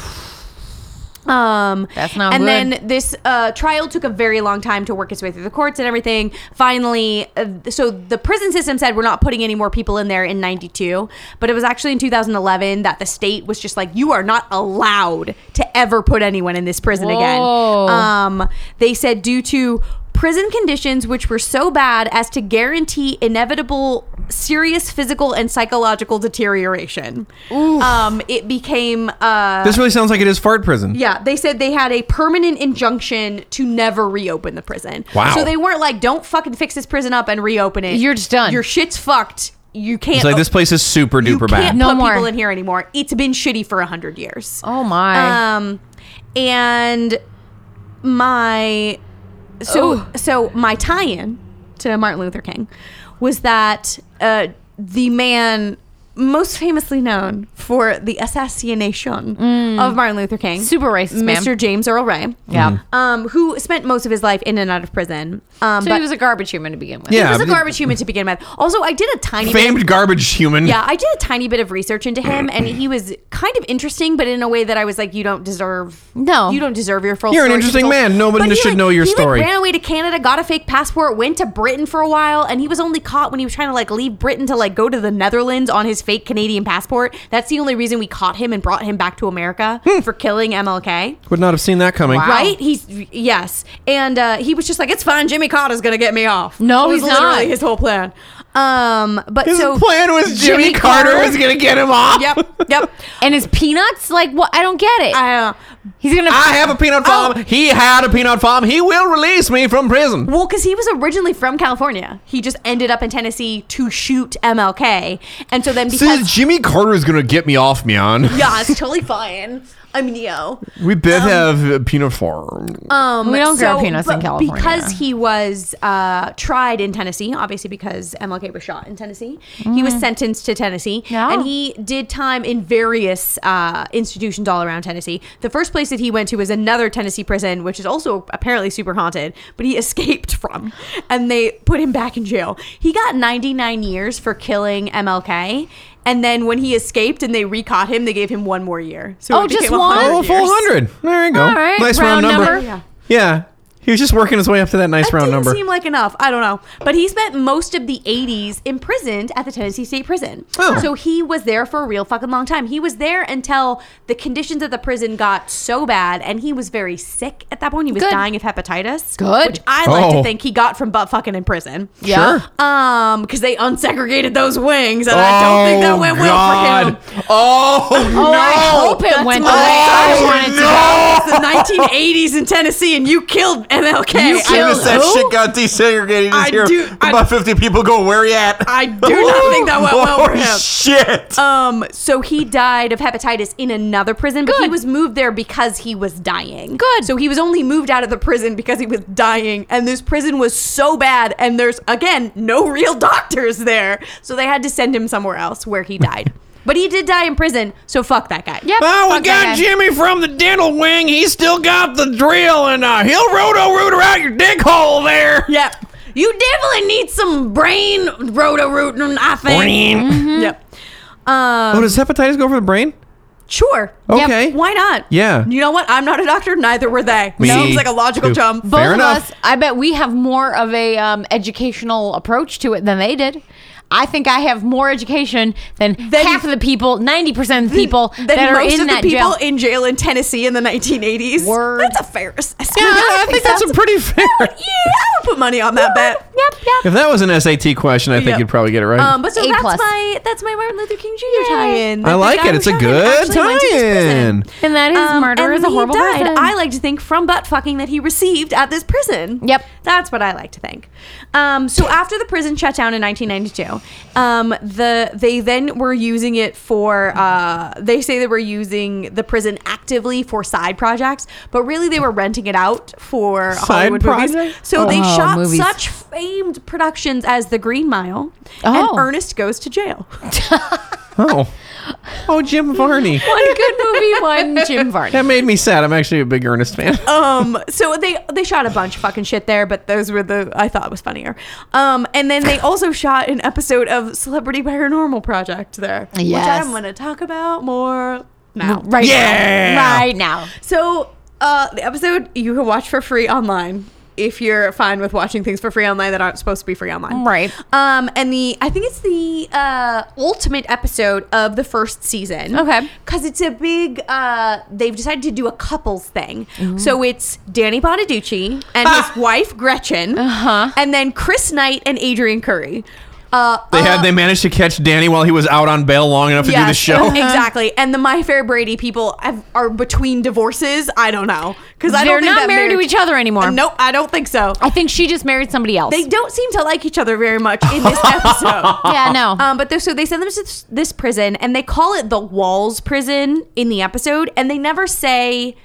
um,
That's not
and
good.
then this uh, trial took a very long time to work its way through the courts and everything. Finally, uh, so the prison system said we're not putting any more people in there in 92, but it was actually in 2011 that the state was just like, you are not allowed to ever put anyone in this prison again.
Whoa.
Um, they said due to prison conditions which were so bad as to guarantee inevitable serious physical and psychological deterioration. Um, it became uh,
This really sounds like it is fart prison.
yeah, they said they had a permanent injunction to never reopen the prison.
Wow.
So they weren't like, don't fucking fix this prison up and reopen it.
You're just done.
Your shit's fucked. You can't.
It's like this place is super
You
duper
can't
bad.
No
put
more.
people in here anymore. It's been shitty for a hundred years.
oh my.
Um, and my so
Oh.
so my tie-in to Martin Luther King was that uh, the man most famously known for the assassination of Martin Luther King.
Mm. Super racist, ma'am.
Mr. James Earl Ray.
Yeah.
Um, who spent most of his life in and out of prison. Um,
So
but
he was a garbage human to begin with.
he
Yeah.
was a
but-
garbage human to begin with. Also, I did a tiny bit of-
famed garbage human.
yeah, I did a tiny bit of research into him, and he was kind of interesting, but in a way that I was like, you don't deserve.
No.
you don't deserve your full.
You're an
story to be
interesting
told."
man. Nobody
he,
should
like-
know your
he, like,
story.
ran away to Canada, got a fake passport, went to Britain for a while, and he was only caught when he was trying to like leave Britain to like go to the Netherlands on his fake Canadian passport. That's the only reason we caught him and brought him back to America
Hmm.
for killing MLK.
Would not have seen that coming.
Wow.
Right? He's yes, and uh, he was just like, "It's fine. Jimmy Carter's gonna get me off."
No,
It was
he's
literally
not.
His whole plan. Um, but
His
so
plan was Jimmy,
Jimmy
Carter,
Carter-
was going to get him off.
Yep, yep.
And his peanuts? Like, what? I don't get it.
I, uh,
He's gonna.
I have a peanut
Oh.
farm. He had a peanut farm. He will release me from prison.
well, because he was originally from California, he just ended up in Tennessee to shoot MLK, and so then because
Jimmy Carter is going to get me off, man.
yeah, Um, it's totally fine. I'm Neo.
We both have a peanut farm.
Um,
We don't grow peanuts in
but
California.
because he was uh, tried in Tennessee. Obviously, because MLK was shot in Tennessee, he was sentenced to Tennessee,
Mm. Yeah.
and he did time in various uh, institutions all around Tennessee. The first place that he went to was another Tennessee prison, which is also apparently super haunted, but he escaped from, and they put him back in jail. He got 99 years for killing MLK. And then when he escaped and they recaught him, they gave him one more year. So
Oh,
it
just
became
one?
100
oh, a full
years.
hundred. There you go.
All right,
Nice round,
round
number.
number.
Yeah.
Yeah. He was just working his way up to that nice
That
round
didn't
number.
seem like enough. I don't know. But he spent most of the 80s imprisoned at the Tennessee State Prison.
Oh.
So he was there for a real fucking long time. He was there until the conditions at the prison got so bad and he was very sick at that point. He was
Good.
dying of hepatitis.
Good.
Which I like
Oh.
to think he got from butt fucking in prison.
yeah.
Sure.
Um, because they unsegregated those wings, and I don't think that went well for him.
Oh,
Oh,
no.
I hope it went the way
my-
I
Oh,
wanted to.
no.
The 1980s in Tennessee, and you killed MLK.
You killed
I-
As soon as that
Who?
shit got desegregated
I
this year,
do- I-
about 50 people go, where you at?
I do not think that went well for him.
shit.
Um, so he died of hepatitis in another prison, but he
Good.
was moved there because he was dying.
Good.
So he was only moved out of the prison because he was dying, and this prison was so bad, and there's again no real doctors there, so they had to send him somewhere else where he died. but he did die in prison, so fuck that guy.
Yep,
Oh, we
fuck that
got
guy.
Jimmy from the dental wing. He still got the drill, and uh, he'll roto rooter out your dick hole there.
Yep. You definitely need some brain roto rooting, I think.
Brain.
Yep. Um,
Oh, does hepatitis go for the brain?
sure.
Yep.
Okay.
Why not?
Oh. Yeah.
You know what? I'm not a doctor. Neither were they.
Me
Sounds like a logical
too.
jump.
Both
Fair
of
enough.
us, I bet we have more of a um, educational approach to it than they did. I think I have more education than,
Than-
half of the people, ninety percent of the people
than
that are
most
in
of
that
the people
jail.
in jail in Tennessee in the 1980s.
Word.
That's a fair assessment.
Yeah, I think that's a pretty fair.
Yeah, I would put money on that bet.
Yep, yep.
If that was an SAT question, I think
Yep.
you'd probably get it right.
Um, but so
A
that's
plus.
my that's my Martin Luther King Jr. tie-in. that
I
the
like
guy
it.
who
It's a
shot him
good
actually went to prison.
time.
And that is
Um,
murder
and
is a
he
horrible
died,
person.
I like to think from butt fucking that he received at this prison.
Yep.
that's what I like to think. Um, so after the prison shut down in 1992, um, the they then were using it for. Uh, they say they were using the prison actively for side projects, but really they were renting it out for
Side
Hollywood movies.
project?
So they
Oh,
shot
movies.
such famed productions as The Green Mile
Oh.
and Ernest Goes to Jail.
oh, oh, Jim Varney.
one good movie, one Jim Varney.
That made me sad. I'm actually a big Ernest fan.
um so they they shot a bunch of fucking shit there but those were the i thought was funnier um and then they also shot an episode of celebrity paranormal project there which
Yes.
i'm gonna talk about more now
Right
Yeah.
now, right now.
so uh the episode you can watch for free online if you're fine with watching things for free online that aren't supposed to be free online
Right.
um and the i think it's the uh ultimate episode of the first season
Okay.
because it's a big uh they've decided to do a couples thing so it's danny bonaducci and his wife gretchen uh-huh. and then chris knight and adrian curry uh,
They
uh,
had they managed to catch Danny while he was out on bail long enough to do the
yes,
show.
exactly and the my fair brady people have, are between divorces i don't know because i
They're
don't think
not
that
married to
marriage-
each other anymore.
nope i don't think so
I think she just married somebody else.
they don't seem to like each other very much in this episode
yeah, no.
Um, but they so they send them to this- this prison, and they call it the Walls Prison in the episode, and they never say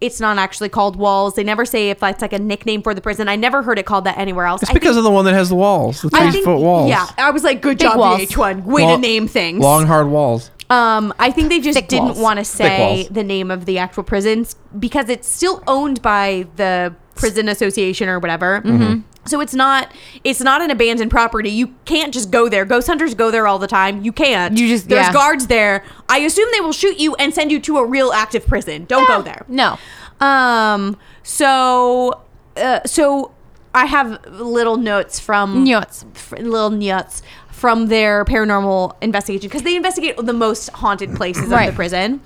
it's not actually called walls. They never say if that's like a nickname for the prison. I never heard it called that anywhere else.
It's because of the one that has the walls, the three foot walls.
Yeah, I was like, good
Big
job,
walls.
VH1. Way
Long-
to name things.
Long hard walls.
Um, I think they just
Thick
didn't
walls.
want to say
walls.
the name of the actual prisons because it's still owned by the prison association or whatever.
Mm-hmm.
So it's not it's not an abandoned property. You can't just go there. Ghost hunters go there all the time. You can't.
You just-
there's
yeah.
guards there. I assume they will shoot you and send you to a real active prison. Don't go Oh, there.
No.
Um. So, uh, so I have little notes from
Notes.
f- little notes from their paranormal investigation because they investigate the most haunted places
Right.
of the prison.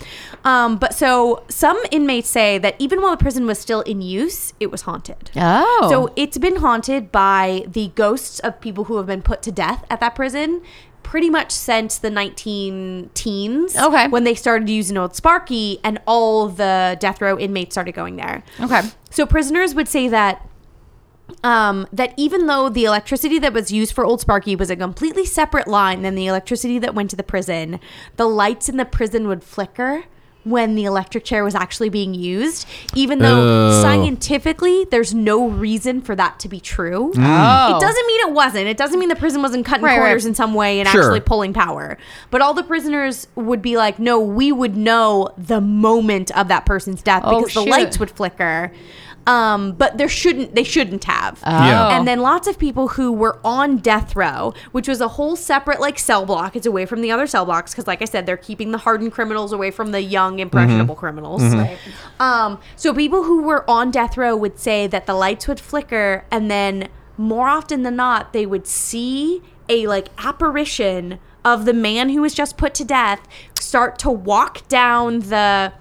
Um. But so some inmates say that even while the prison was still in use, it was haunted.
Oh.
So it's been haunted by the ghosts of people who have been put to death at that prison pretty much since the 19 teens
Okay.
when they started using old sparky and all the death row inmates started going there
Okay.
so prisoners would say that um, that even though the electricity that was used for Old Sparky was a completely separate line than the electricity that went to the prison, the lights in the prison would flicker when the electric chair was actually being used, even though
Oh.
scientifically there's no reason for that to be
Mm.
true.
Oh.
It doesn't mean it wasn't. It doesn't mean the prison wasn't cutting
Right, right.
corners in some way and
Sure.
actually pulling power. But all the prisoners would be like, no, we would know the moment of that person's death
Oh,
because the
shoot.
lights would flicker. Um, but there shouldn't they shouldn't have.
Oh.
Yeah.
And then lots of people who were on death row, which was a whole separate like cell block. It's away from the other cell blocks because, like I said, they're keeping the hardened criminals away from the young impressionable criminals. Um, so people who were on death row would say that the lights would flicker, and then more often than not, they would see a like apparition of the man who was just put to death start to walk down the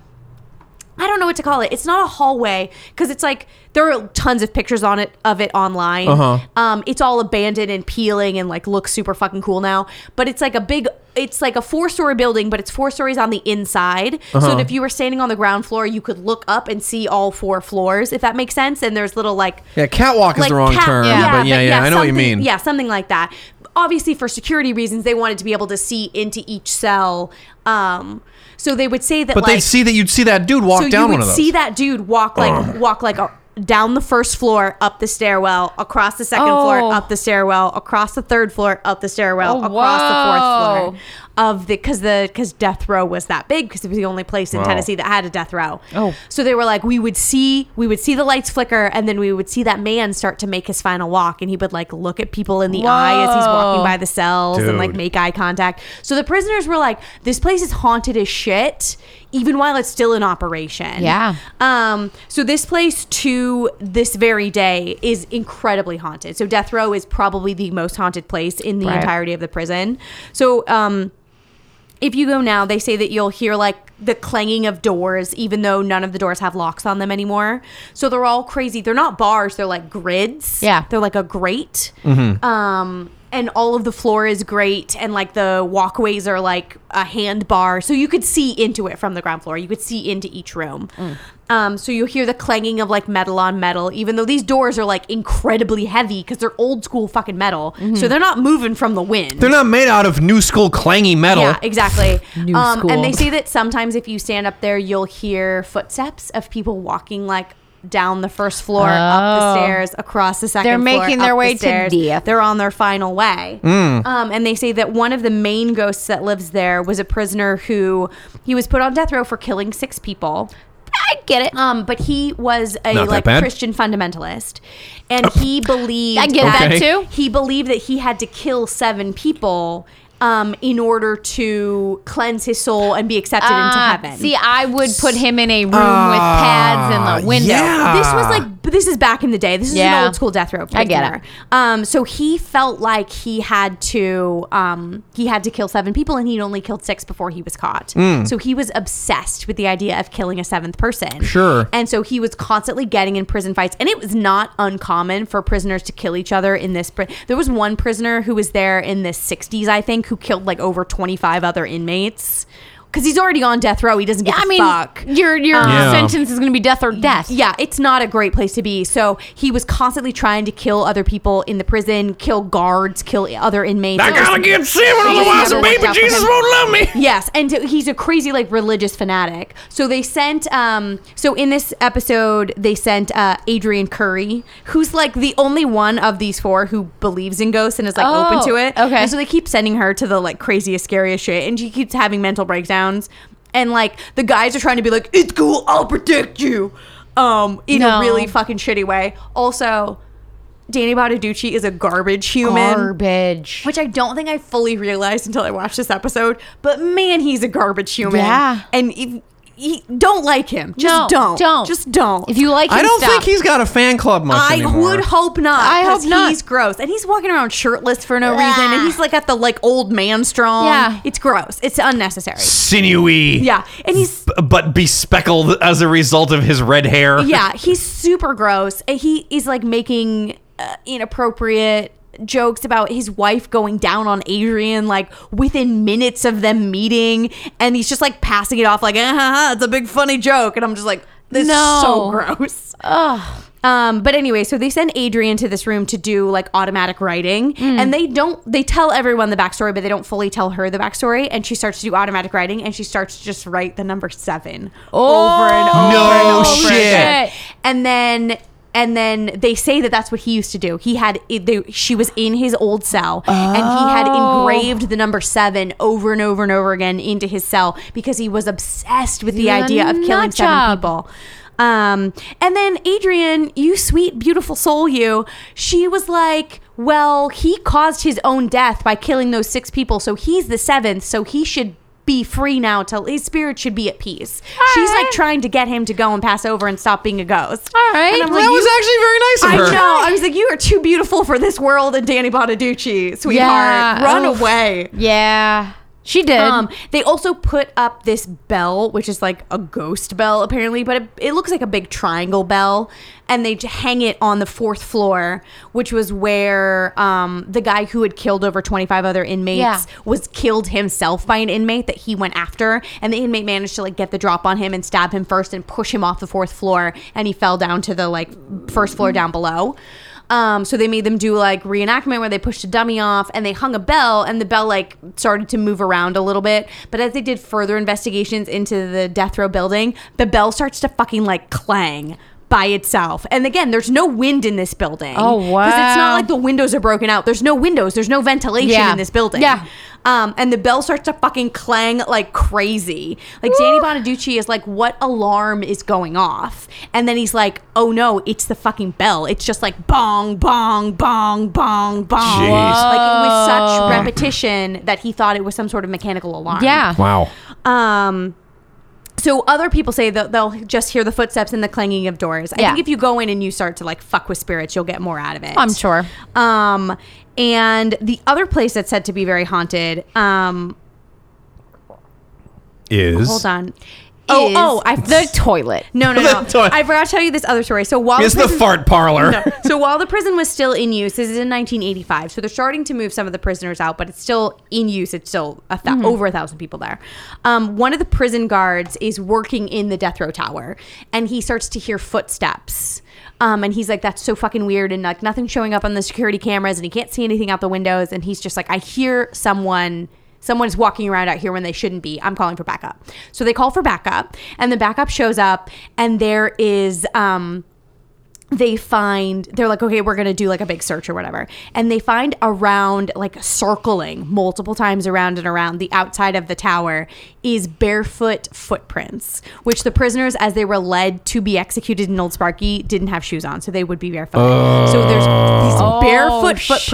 I don't know what to call it. It's not a hallway because it's like there are tons of pictures on it of it online.
Uh-huh.
Um, it's all abandoned and peeling and like looks super fucking cool now. But it's like a big, it's like a four story building, but it's four stories on the inside. So
Uh-huh.
that if you were standing on the ground floor, you could look up and see all four floors, if that makes sense. And there's little like
Yeah, catwalk is the wrong
cat-
term, but yeah, yeah, I know what you
something-
mean.
Yeah, something like that. Obviously, for security reasons, they wanted to be able to see into each cell. Um, so they would say that,
But
like,
they'd see that you'd see that dude walk
so
down
you would
one of those.
see that dude walk like walk like a, down the first floor, up the stairwell, across the second
Oh.
floor, up the stairwell, across the third floor, up the stairwell,
Oh,
across the
whoa.
fourth floor of the because the because death row was that big because it was the only place in Tennessee that had a death row.
Oh.
so they were like we would see we would see the lights flicker and then we would see that man start to make his final walk and he would like look at people in the eye as he's walking
Whoa.
by the cells and like
Dude.
make eye contact. So the prisoners were like, this place is haunted as shit, even while it's still in operation.
Yeah.
Um, so this place to this very day is incredibly haunted. So death row is probably the most haunted place in the
Right.
entirety of the prison. So um if you go now, they say that you'll hear like the clanging of doors, even though none of the doors have locks on them anymore. So they're all crazy. They're not bars, they're like grids.
Yeah.
They're like a grate. Um, and all of the floor is great, and like the walkways are like a hand bar. So you could see into it from the ground floor. You could see into each room. Um, so you'll hear the clanging of like metal on metal, even though these doors are like incredibly heavy because they're old school fucking metal. So they're not moving from the wind.
They're not made out of new school clangy metal.
Yeah, exactly.
New
um,
school.
And they say that sometimes if you stand up there, you'll hear footsteps of people walking like down the first floor, up the
Oh.
stairs, across the second.
They're
floor,
making their
up
way
the
to
stairs.
death.
They're on their final way.
Mm.
Um, and they say that one of the main ghosts that lives there was a prisoner who he was put on death row for killing six people.
I get it.
Um, but he was a
Not that
like
bad.
Christian fundamentalist, and he believed
Oh. I get
Okay.
that too.
he believed that he had to kill seven people um, in order to cleanse his soul and be accepted into
Ah,
heaven.
See, I would put him in a room with
Ah,
pads and the window.
yeah.
this was like but this is back in the day. This is an
Yeah.
old school death row.
I get
prisoner. Um, so he felt like he had to um, he had to kill seven people, and he'd only killed six before he was caught.
Hmm.
So he was obsessed with the idea of killing a seventh person.
Sure.
And so he was constantly getting in prison fights, and it was not uncommon for prisoners to kill each other in this. Pri- there was one prisoner who was there in the '60s, I think, who killed like over 25 other inmates. because he's already on death row. He doesn't give
I
a
mean,
fuck.
your your
Yeah.
sentence is going to be death or death.
Yeah, it's not a great place to be. So he was constantly trying to kill other people in the prison, kill guards, kill other inmates.
I
It was-
gotta get semen,
just
otherwise
never
the
worked
baby
out for
Jesus
him.
won't love me.
Yes, and to- he's a crazy like religious fanatic. So they sent um so in this episode they sent uh Adrian Curry, who's like the only one of these four who believes in ghosts and is like open
Oh,
to it.
okay.
And so they keep sending her to the like craziest, scariest shit and she keeps having mental breakdowns. And like the guys are trying to be like, It's cool, I'll protect you um in
No.
a really fucking shitty way. Also, Danny Bottaducci is a garbage human.
Garbage.
Which I don't think I fully realized until I watched this episode. But man, he's a garbage human.
Yeah.
And if, he, don't like him. Just
No,
don't.
don't.
Just don't.
If you like, him,
I don't
stop.
think he's got a fan club much
I
anymore.
would hope not.
I
'cause
hope not.
He's gross, and he's walking around shirtless for no
Yeah.
reason, and he's like at the like old man strong.
Yeah.
it's gross. It's unnecessary.
sinewy.
Yeah, and he's
b- But bespeckled as a result of his red hair.
yeah, he's super gross. And He is like making uh, inappropriate jokes about his wife going down on Adrian like within minutes of them meeting, and he's just like passing it off like, ah, ha, ha, it's a big funny joke, and I'm just like, this is so
No.
gross. Um, but anyway, so they send Adrian to this room to do like automatic writing,
Hmm.
and they don't. They tell everyone the backstory, but they don't fully tell her the backstory. And she starts to do automatic writing, and she starts to just write the number seven over and over.
Oh, No
and over
shit.
again. And then. And then they say that that's what he used to do. He had it- they, she was in his old cell,
Oh.
and he had engraved the number seven over and over and over again into his cell because he was obsessed with the
He's a
idea of killing
nut
seven
job.
people people. Um, and then Adrian, you sweet, beautiful soul, you, she was like, well, he caused his own death by killing those six people, so he's the seventh, so he should be free now till his spirit should be at peace. She's like
right.
trying to get him to go and pass over and stop being a ghost.
All right.
And I'm like,
that
you-
was actually
I
very nice of her.
know. I was like, you are too beautiful for this world and Danny Bottaducci, sweetheart.
Yeah.
Run
Oof.
away.
Yeah, she did.
Um, they also put up this bell, which is like a ghost bell apparently, but it, it looks like a big triangle bell, and they j- hang it on the fourth floor, which was where um, the guy who had killed over twenty five other inmates
Yeah.
was killed himself by an inmate that he went after, and the inmate managed to like get the drop on him and stab him first and push him off the fourth floor, and he fell down to the like first floor down below. Um, so they made them do like reenactment where they pushed a dummy off and they hung a bell and the bell like started to move around a little bit. But as they did further investigations into the death row building, the bell starts to fucking like clang by itself. And again, there's no wind in this building.
Oh,
it's not
wow.
like the windows are broken out. There's no windows. There's no ventilation
Yeah.
in this building.
Yeah.
Um, and the bell starts to fucking clang like crazy. Like Danny Bonaducci is like, what alarm is going off? And then he's like, oh no, it's the fucking bell. It's just like bong, bong, bong, bong, bong.
Jeez.
Like with such repetition that he thought it was some sort of mechanical alarm.
yeah.
Wow.
Um, so other people say that they'll just hear the footsteps and the clanging of doors. I
Yeah.
think if you go in and you start to like fuck with spirits, you'll get more out of it.
I'm sure.
Um, and the other place that's said to be very haunted. Um,
Is
hold on. Oh,
Is
oh, I
the toilet.
no, no,
The
no.
toilet.
I forgot to tell you Oh, this other story. So while
It's the
prison-
fart parlor.
No. So while the prison was still in use, this is in 1985. So they're starting to move some of the prisoners out, but it's still in use. It's still a thou- over a thousand people there. Um, one of the prison guards is working in the death row tower, and he starts to hear footsteps. Um, and he's like, "That's so fucking weird," and like nothing's showing up on the security cameras, and he can't see anything out the windows. And he's just like, "I hear someone." Someone is walking around out here when they shouldn't be. I'm calling for backup. So they call for backup, and the backup shows up, and there is um, they find they're like okay we're gonna do like a big search or whatever and they find around like circling multiple times around and around the outside of the tower is barefoot footprints which the prisoners as they were led to be executed in old sparky didn't have shoes on so they would be barefoot so there's these barefoot footprints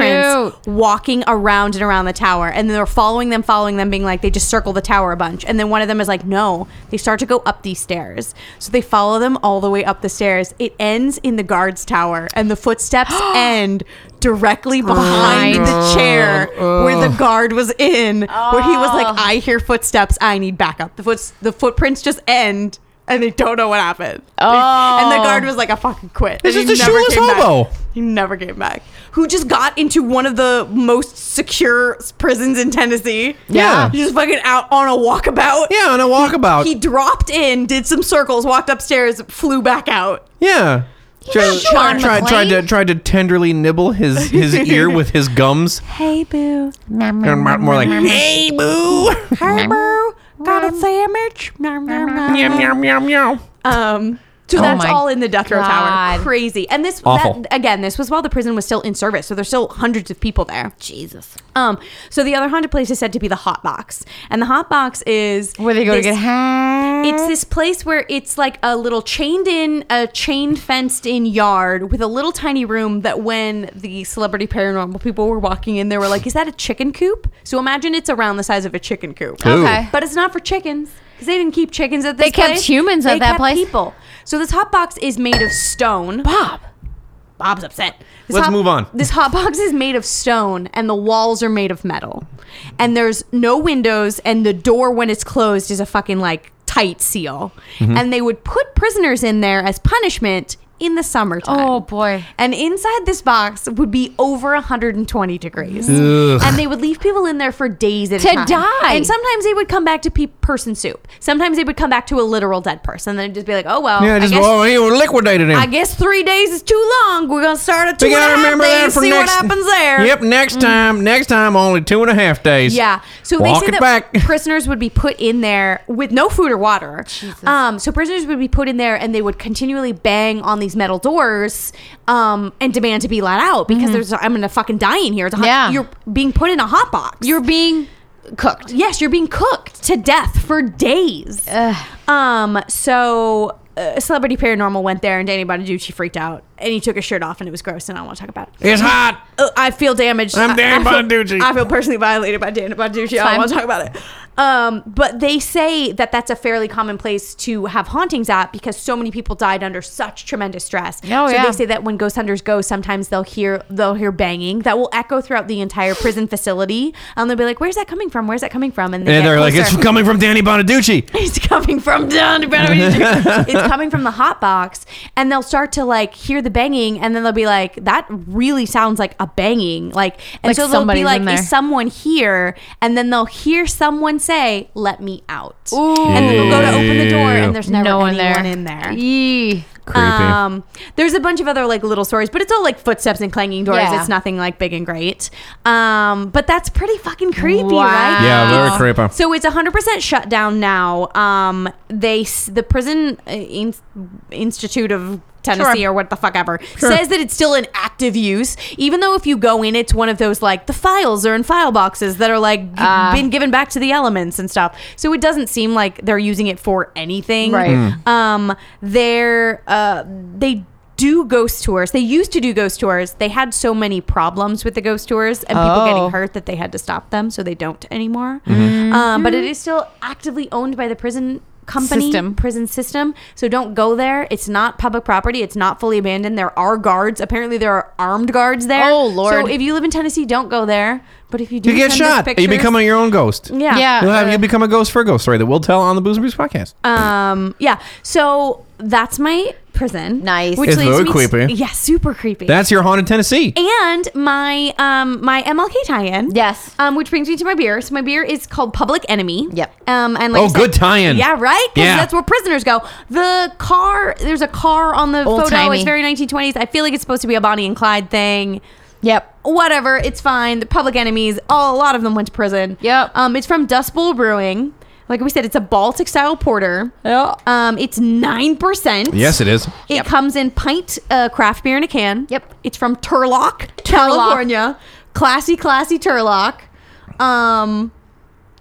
shoot.
walking around and around the tower and they're following them following them being like they just circle the tower a bunch and then one of them is like no they start to go up these stairs so they follow them all the way up the stairs it ends in the guards tower and the footsteps end directly
Oh,
behind
my
the chair where the guard was in where he was
Oh.
like i hear footsteps i need backup the foot the footprints just end and they don't know what happened. Oh. And the guard was like, I fucking quit.
It's
And
just
he
a
never
shoeless
came back.
hobo.
He never came back. Who just got into one of the most secure prisons in Tennessee.
Yeah.
He's just fucking out on a walkabout.
Yeah, on a walkabout.
He dropped in, did some circles, walked upstairs, flew back out.
yeah. Tried,
sure. John
tried,
McClane.
tried to tried to tenderly nibble his his ear with his gums.
Hey, boo.
And more more like, hey boo.
Hey, boo. Got a sandwich? Nom, nom, nom.
Meow, meow, meow, meow.
Um, so that's
my
all in the Death Row Tower.
God.
Crazy. And this,
Awful.
that, again, this was while the prison was still in service. So there's still hundreds of people there.
Jesus.
Um, so the other haunted place is said to be the hot box, and the hot box is
Where they go
this-
to get high.
It's this place where it's like a little chained in, a chained fenced in yard with a little tiny room that when the celebrity paranormal people were walking in, they were like, "Is that a chicken coop?" So imagine it's around the size of a chicken coop.
Ooh.
Okay.
But it's not for chickens because they didn't keep chickens at this.
They kept
place.
humans at
They
that
kept
place.
People. So this hot box is made of stone.
Bob.
Bob's upset. This
Let's
hot-
move on.
This hot box is made of stone and the walls are made of metal. And there's no windows and the door when it's closed is a fucking like tight seal.
Mm-hmm.
And they would put prisoners in there as punishment in the summertime.
Oh, boy.
And inside this box would be over 120 degrees.
Ugh.
And they would leave people in there for days at a
To
time.
die.
And sometimes they would come back to pe- person soup. Sometimes they would come back to a literal dead person. Then just be like, oh well.
Yeah,
I
just
guess-
oh, he liquidated him.
I guess three days is too long. We're gonna start at two
we
and a half
gotta remember
days.
that for
see
next.
what happens there. Mm.
Yep, next time. Next time, only two and a half days.
Yeah. So
Walk
they
it
say that
back.
prisoners would be put in there with no food or water. Um, so prisoners would be put in there and they would continually bang on these metal doors um, and demand to be let out because there's I'm gonna fucking die in here. It's a hot,
Yeah.
You're being put in a hot box.
You're being cooked.
Yes, you're being cooked to death for days. Um, so uh, celebrity paranormal went there, and Danny Bonaducci freaked out, and he took his shirt off, and it was gross, and I don't want to talk about it.
It's hot.
Uh, I feel damaged.
I'm
I-
Danny
I feel-
Bonaducci.
I feel personally violated by Danny Bonaducci. I
fine.
don't want to talk about it. Um, but they say that that's a fairly common place to have hauntings at because so many people died under such tremendous stress.
Oh,
so
yeah.
they say that when ghost hunters go, sometimes they'll hear they'll hear banging that will echo throughout the entire prison facility, and they'll be like, "Where's that coming from? Where's that coming from?" they
And
get
they're like,
closer.
it's coming from Danny Bonaducci.
It's coming from down. it's coming from the hot box, and they'll start to like hear the banging, and then they'll be like, "That really sounds like a banging." Like, and
Like
so they'll
somebody's
be
in
like,
there.
"Is someone here?" And then they'll hear someone say, "Let me out,"
Ooh.
and they'll go to open the door, and there's never
no one
anyone
there.
in there.
Yee.
Creepy.
Um, there's a bunch of other like little stories, but it's all like footsteps and clanging doors.
Yeah.
It's nothing like big and great. Um, but that's pretty fucking creepy,
Wow.
right?
Yeah, very
It's-
creepy.
So it's 100% shut down now. Um, they s- the prison uh, in, institute of Tennessee
Sure.
or what the fuck ever says that it's still in active use, even though if you go in, it's one of those like the files are in file boxes that are like g-
Ah.
been given back to the elements and stuff. So it doesn't seem like they're using it for anything
Right. Mm.
um they're uh they do ghost tours they used to do ghost tours they had so many problems with the ghost tours and people
Oh. Mm-hmm.
getting hurt that they had to stop them so they don't anymore um, but it is still actively owned by the prison company
System.
prison system so don't go there it's not public property it's not fully abandoned there are guards apparently there are armed guards there
Oh, Lord.
so if you live in tennessee don't go there but if you do
You get
send us
shot. you
pictures-
become your own ghost.
yeah uh,
Yeah.
You'll, have, you'll become a ghost for a ghost story that we'll tell on the Booze and Brews podcast.
Um, yeah. So that's my prison.
Nice.
Which
It's
leads
very
me
creepy.
To, yeah, super creepy.
That's your haunted Tennessee.
and my um my MLK tie-in.
Yes.
Um, which brings me to my beer. So my beer is called Public Enemy.
Yep.
Um, and like
Oh,
I said-
good tie-in.
Yeah, right. 'Cause
Yeah.
That's where prisoners go. The car. There's a car on the photo.
Old-timey.
It's very 1920s. I feel like it's supposed to be a Bonnie and Clyde thing
Yep.
whatever, it's fine. The public enemies, all, a lot of them went to prison.
Yep.
Um, it's from Dust Bowl Brewing. Like we said, it's a Baltic style porter.
Yeah.
Um, it's nine percent.
Yes, it is.
It comes in pint uh, craft beer in a can.
Yep.
It's from Turlock, California. Classy, classy Turlock. Um,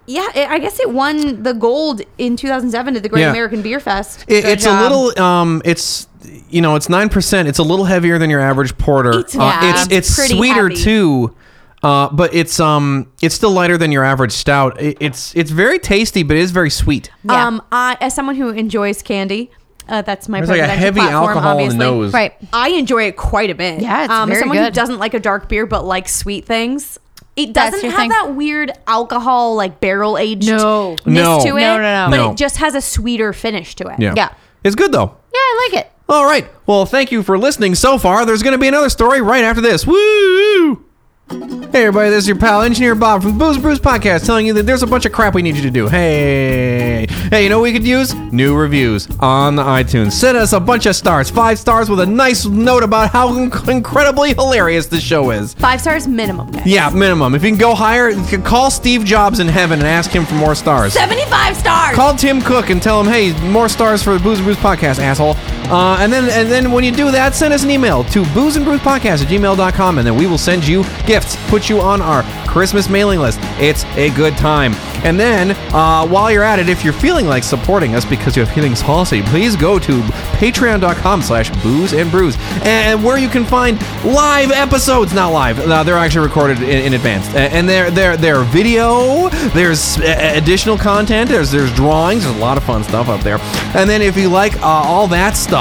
yeah, it, I guess it won the gold in 2007 at the Great
Yeah.
American Beer Fest.
It, it's
job.
a little. Um, it's you know, it's nine percent. It's a little heavier than your average porter. Uh,
It's- yeah,
it's
it's
it's
pretty
sweeter
heavy.
too. Uh, but it's um it's still lighter than your average stout. It, it's it's very tasty, but it is very sweet.
Yeah.
Um, I, as someone who enjoys candy, uh, that's my
There's like a heavy
presidential platform,
alcohol in the
obviously.
nose.
Right.
I enjoy it quite a bit.
Yeah, it's
um, as
very
someone who
good.
doesn't like a dark beer but likes sweet things. It
That's
doesn't
your
have
thing.
that weird alcohol like barrel aged
No.
no.
No.
to it.
No, no, no.
But
No.
it just has a sweeter finish to it.
Yeah.
Yeah.
It's good though.
Yeah, I like it.
All right. Well, thank you for listening so far. There's going to be another story right after this. Woo! Hey, everybody, this is your pal, Engineer Bob from the Booze Brews Podcast, telling you that there's a bunch of crap we need you to do. Hey, hey, you know what we could use? New reviews on the iTunes. Send us a bunch of stars, five stars, with a nice note about how inc- incredibly hilarious this show is.
Five stars minimum, guys.
Yeah, minimum. If you can go higher, you can call Steve Jobs in heaven and ask him for more stars.
75 stars!
Call Tim Cook and tell him, hey, more stars for the Booze and Brews podcast, asshole. Uh, and then and then when you do that, send us an email to booze and brews podcast at gmail.com and then we will send you gifts, put you on our Christmas mailing list. It's a good time. And then uh, while you're at it, if you're feeling like supporting us because you're feeling saucy, please go to patreon.com slash booze and brews and where you can find live episodes. Not live, uh, they're actually recorded in, in advance. A- And they're, they're, they're video, there's uh, additional content, there's, there's drawings, there's a lot of fun stuff up there. And then if you like uh, all that stuff,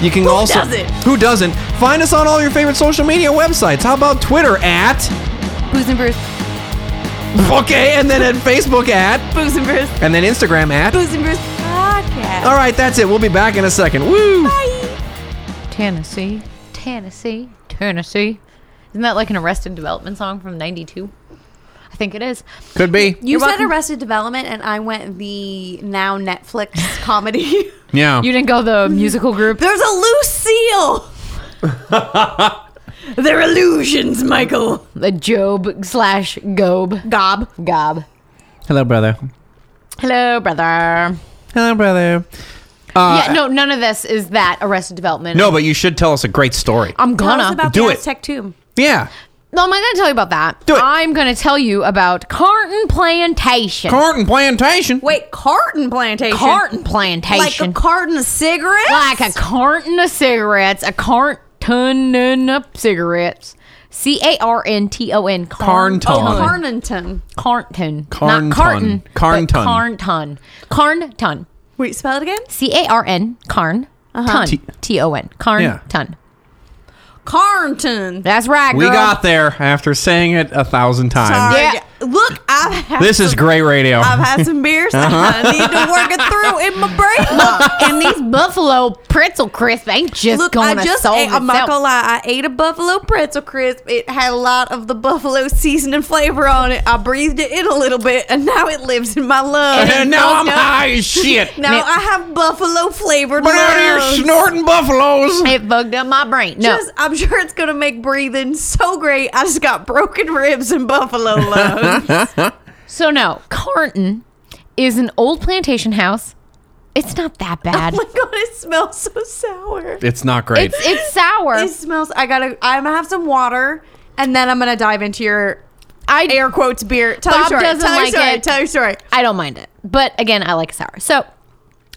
you can also.
doesn't?
Who doesn't? Find us on all your favorite social media websites. How about Twitter at.
Booze and Bruce.
Okay, and then at Facebook at.
Booze and Bruce.
And then Instagram at.
Booze and Bruce podcast.
All right, that's it. We'll be back in a second. Woo!
Tennessee, Tennessee, Tennessee. Isn't that like an Arrested Development song from '92? I think it is.
Could be.
You
You're
said
welcome.
Arrested Development, and I went the now Netflix comedy.
Yeah.
You didn't go the musical group.
There's a loose seal! They're illusions, Michael.
The Job slash Gob.
Gob.
Gob.
Hello, brother.
Hello, brother.
Hello, brother.
yeah, no, none of this is that Arrested Development.
No, but you should tell us a great story.
I'm
Tell
gonna.
us about
Do
the
it.
Aztec tomb.
yeah.
no, I'm not gonna tell you about that.
Do it.
I'm gonna tell you about Carton Plantation.
Carton Plantation.
Wait, carton plantation.
Carton
Like
Plantation.
a carton of cigarettes?
like a carton of cigarettes, a carton of cigarettes. C A R N T O N.
Carnton.
Oh,
Ton.
Carnington.
Carnton.
Carnton.
Not carton. but
Carnton.
Carnton. Carnton.
Wait, spell it again?
C A R N. Carn.
Uh-huh.
Ton.
T-
T O N.
Yeah.
Carnton.
Carnton.
That's right, girl.
We got there after saying it a thousand times.
Sorry.
Yeah.
Look, I've had
This is
some-
great radio.
I've had some beers.
Uh-huh.
I need to work it through in my brain. Look,
and these buffalo pretzel crisp ain't just
Look,
going
I
to
just
solve
ate, I'm not
itself.
gonna lie. I ate a buffalo pretzel crisp. It had a lot of the buffalo seasoning flavor on it. I breathed it in a little bit, and now it lives in my lungs.
and now I'm high as shit.
Now I have buffalo flavored
But out here
lungs.
snorting buffaloes.
It bugged up my brain. No,
Just- I'm sure it's gonna make breathing so great. I just got broken ribs and buffalo lungs. Oh
so no. Carnton is an old plantation house. It's not that bad.
oh my god, it smells so sour.
It's not great.
it's it's sour.
It smells. I gotta. I'm gonna have some water, and then I'm gonna dive into your
I
air quotes beer. Tell
Bob
your story.
doesn't
tell your
like
story.
it.
Tell your story.
I don't mind it. But again, I like sour. So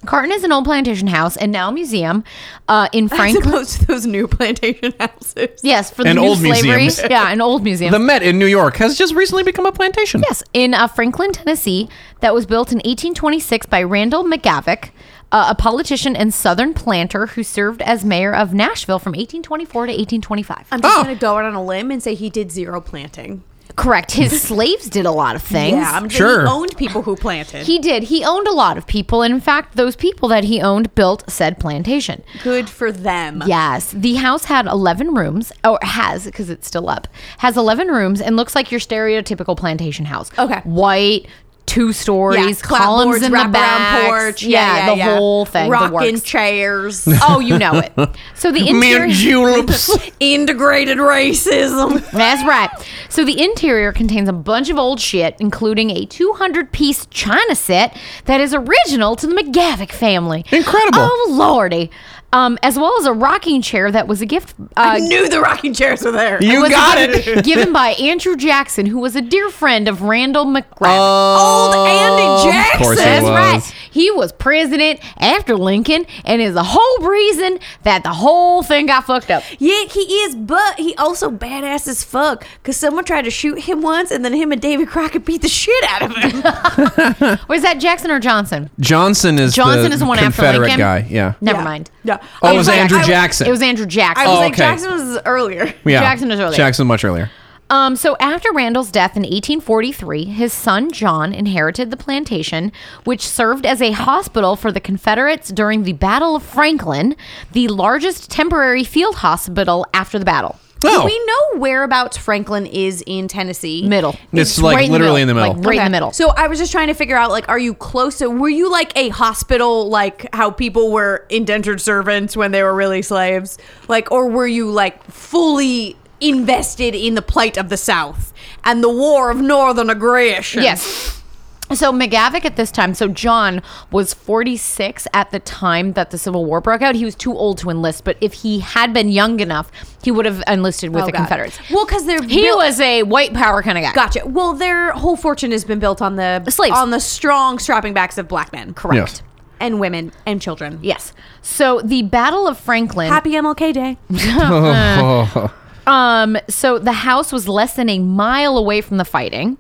Carton is an old plantation house and now a museum uh, in
As
Franklin.
opposed to those new plantation houses.
Yes, for the
An
new
old
slavery.
museum.
Yeah, an old museum.
the Met in New York has just recently become a plantation.
Yes, in uh, Franklin, Tennessee, that was built in 1826 by Randall McGavick, uh, a politician and Southern planter who served as mayor of Nashville from 1824 to 1825.
I'm just
Oh.
gonna go out on a limb and say he did zero planting.
Correct. His slaves did a lot of things.
Yeah, I'm sure.
Sure.
He owned people who planted.
he did. He owned a lot of people, and in fact, those people that he owned built said plantation.
Good for them.
Yes, the house had 11 rooms, or has because it's still up. Has 11 rooms and looks like your stereotypical plantation house.
Okay.
white, two stories, columns
clapboards,
in the
wraparound
back, Yeah, the whole thing, the
Rocking
works.
chairs,
Oh, you know it. So the
Mint
interior.
juleps.
integrated racism.
That's right. So the interior contains a bunch of old shit, including a 200 piece china set that is original to the McGavick family.
Incredible.
Oh, lordy. Um, as well as a rocking chair that was a gift. Uh,
Knew the rocking chairs were there.
you
was
got
given,
it.
given by Andrew Jackson, who was a dear friend of Randall McGrath.
Old
Andy
Oh, Of course
Jackson.
it
That's
was.
right. He was president after Lincoln, and is the whole reason that the whole thing got fucked up.
yeah, he is, but he also badass as fuck. Cause someone tried to shoot him once, and then him and David Crockett beat the shit out of him.
Was that Jackson or Johnson?
Johnson is
Johnson
the
is the one after
Confederate
Lincoln.
guy. Yeah.
Never
Yeah.
mind.
Yeah.
Oh,
I
it was
like-
Andrew
I-
Jackson.
It was Andrew Jackson.
I was
Oh,
like,
okay.
Jackson was earlier.
yeah.
Jackson is earlier.
Jackson much earlier.
Um, so after Randall's death in 1843, his son John inherited the plantation, which served as a hospital for the Confederates during the Battle of Franklin, the largest temporary field hospital after the battle.
Oh,
Do we know whereabouts Franklin is in Tennessee?
Middle.
It's, like, literally in the middle.
Like, right in
Okay.
the middle.
So I was just trying to figure out, like, are you close? So were you like a hospital, like how people were indentured servants when they were really slaves, like, or were you like fully invested in the plight of the South and the war of Northern aggression?
Yes. So McGavick at this time, so John was 46 at the time that the Civil War broke out. He was too old to enlist, but if he had been young enough, he would have enlisted with
Oh,
the
God.
Confederates.
Well, because they're
He
built-
was a white power kind of guy.
Gotcha. Well, their whole fortune has been built on the
Slaves.
on the strong strapping backs of black men, correct?
Yes.
And women and children.
Yes. So the Battle of Franklin.
Happy MLK Day.
Oh.
Um, so the house was less than a mile away from the fighting,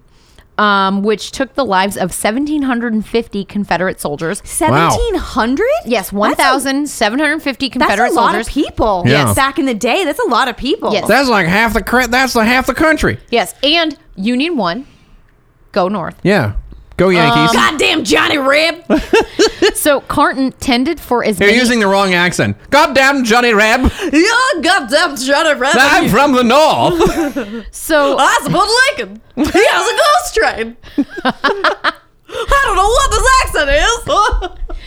um, which took the lives of 1,750 Confederate soldiers.
Seventeen hundred?
Yes, 1,750 Confederate
That's a lot
soldiers.
of people.
Yeah.
Yes. Back in the day, that's a lot of people.
Yes.
that's like half the cra- that's like half the country.
Yes, and Union One, go north.
Yeah, go Yankees.
Uh,
Goddamn Johnny Reb.
So Carton tended for as
You're
many.
using the wrong accent. Goddamn Johnny Reb.
yeah, goddamn Johnny Reb.
I'm from the north.
so
I support Lincoln. He has a ghost train. I don't know what this accent is.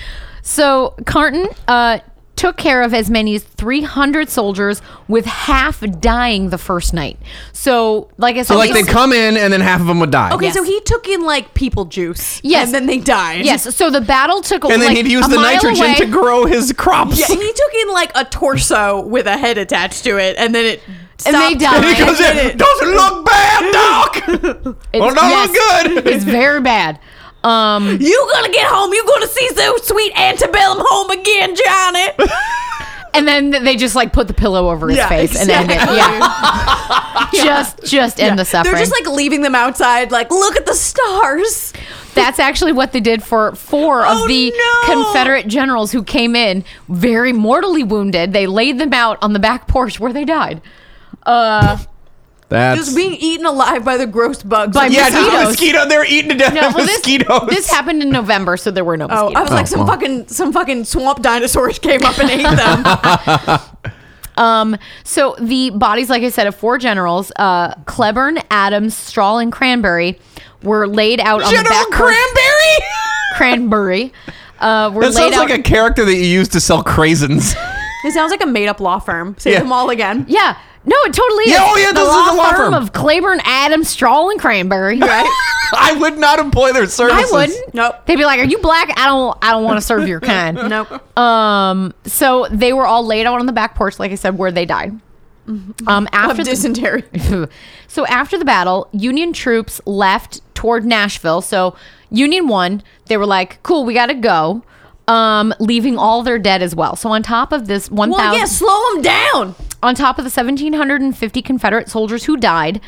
so Carton uh, took care of as many as 300 soldiers, with half dying the first night. So, like I said,
So like they
these-
come in and then half of them would die.
okay,
Yes.
so he took in like people juice.
Yes.
And then they died.
Yes, so the battle took
And then
like,
he'd use
a
the
mile
nitrogen
away.
to grow his crops.
Yeah, he took in like a torso with a head attached to it, and then it.
And they
stopped.
died.
And he goes in. Doesn't look bad, Doc.
It's,
Well, don't look Oh, good.
it's very bad. Um,
You gonna get home? You gonna see so sweet antebellum home again, Johnny?
and then they just like put the pillow over his
Yeah,
face and end it.
exactly.
Yeah, just just end the suffering.
They're just like leaving them outside. Like, look at the stars.
That's actually what they did for four
Oh,
of the
no.
Confederate generals who came in very mortally wounded. They laid them out on the back porch where they died. Uh,
That's
Just being eaten alive by the gross bugs.
By
yeah,
mosquitoes.
just mosquito. They're eating to death
no,
of
well, this,
mosquitoes.
this happened in November, so there were no
Oh,
mosquitoes.
I was like some
well.
fucking some fucking swamp dinosaurs came up and ate them.
Um, so the bodies, like I said, of four generals, uh, Cleburne, Adams, Strahl, and Cranberry, were laid out on the
General
back
Cranberry.
Cranberry. Uh, were
That
laid
sounds
out.
like a character that you use to sell craisins.
it sounds like a made up law firm. Say
Yeah.
them all again.
yeah. No, it totally
Yeah,
is.
oh, yeah,
the
this is
law
the law firm.
of Claiborne, Adams, Strahl, and Cranberry.
Right?
I would not employ their
I
services.
wouldn't.
Nope.
They'd be like, "Are you black? I don't. I don't want to serve your kind."
Nope.
Um. So they were all laid out on the back porch, like I said, where they died. Um.
Mm-hmm. Of
After the,
dysentery.
so after the battle, Union troops left toward Nashville. So Union won. They were like, "Cool, we gotta go." Um, leaving all their dead as well. So on top of this, one
Well,
thousand
yeah, slow them down.
on top of the 1750 confederate soldiers who died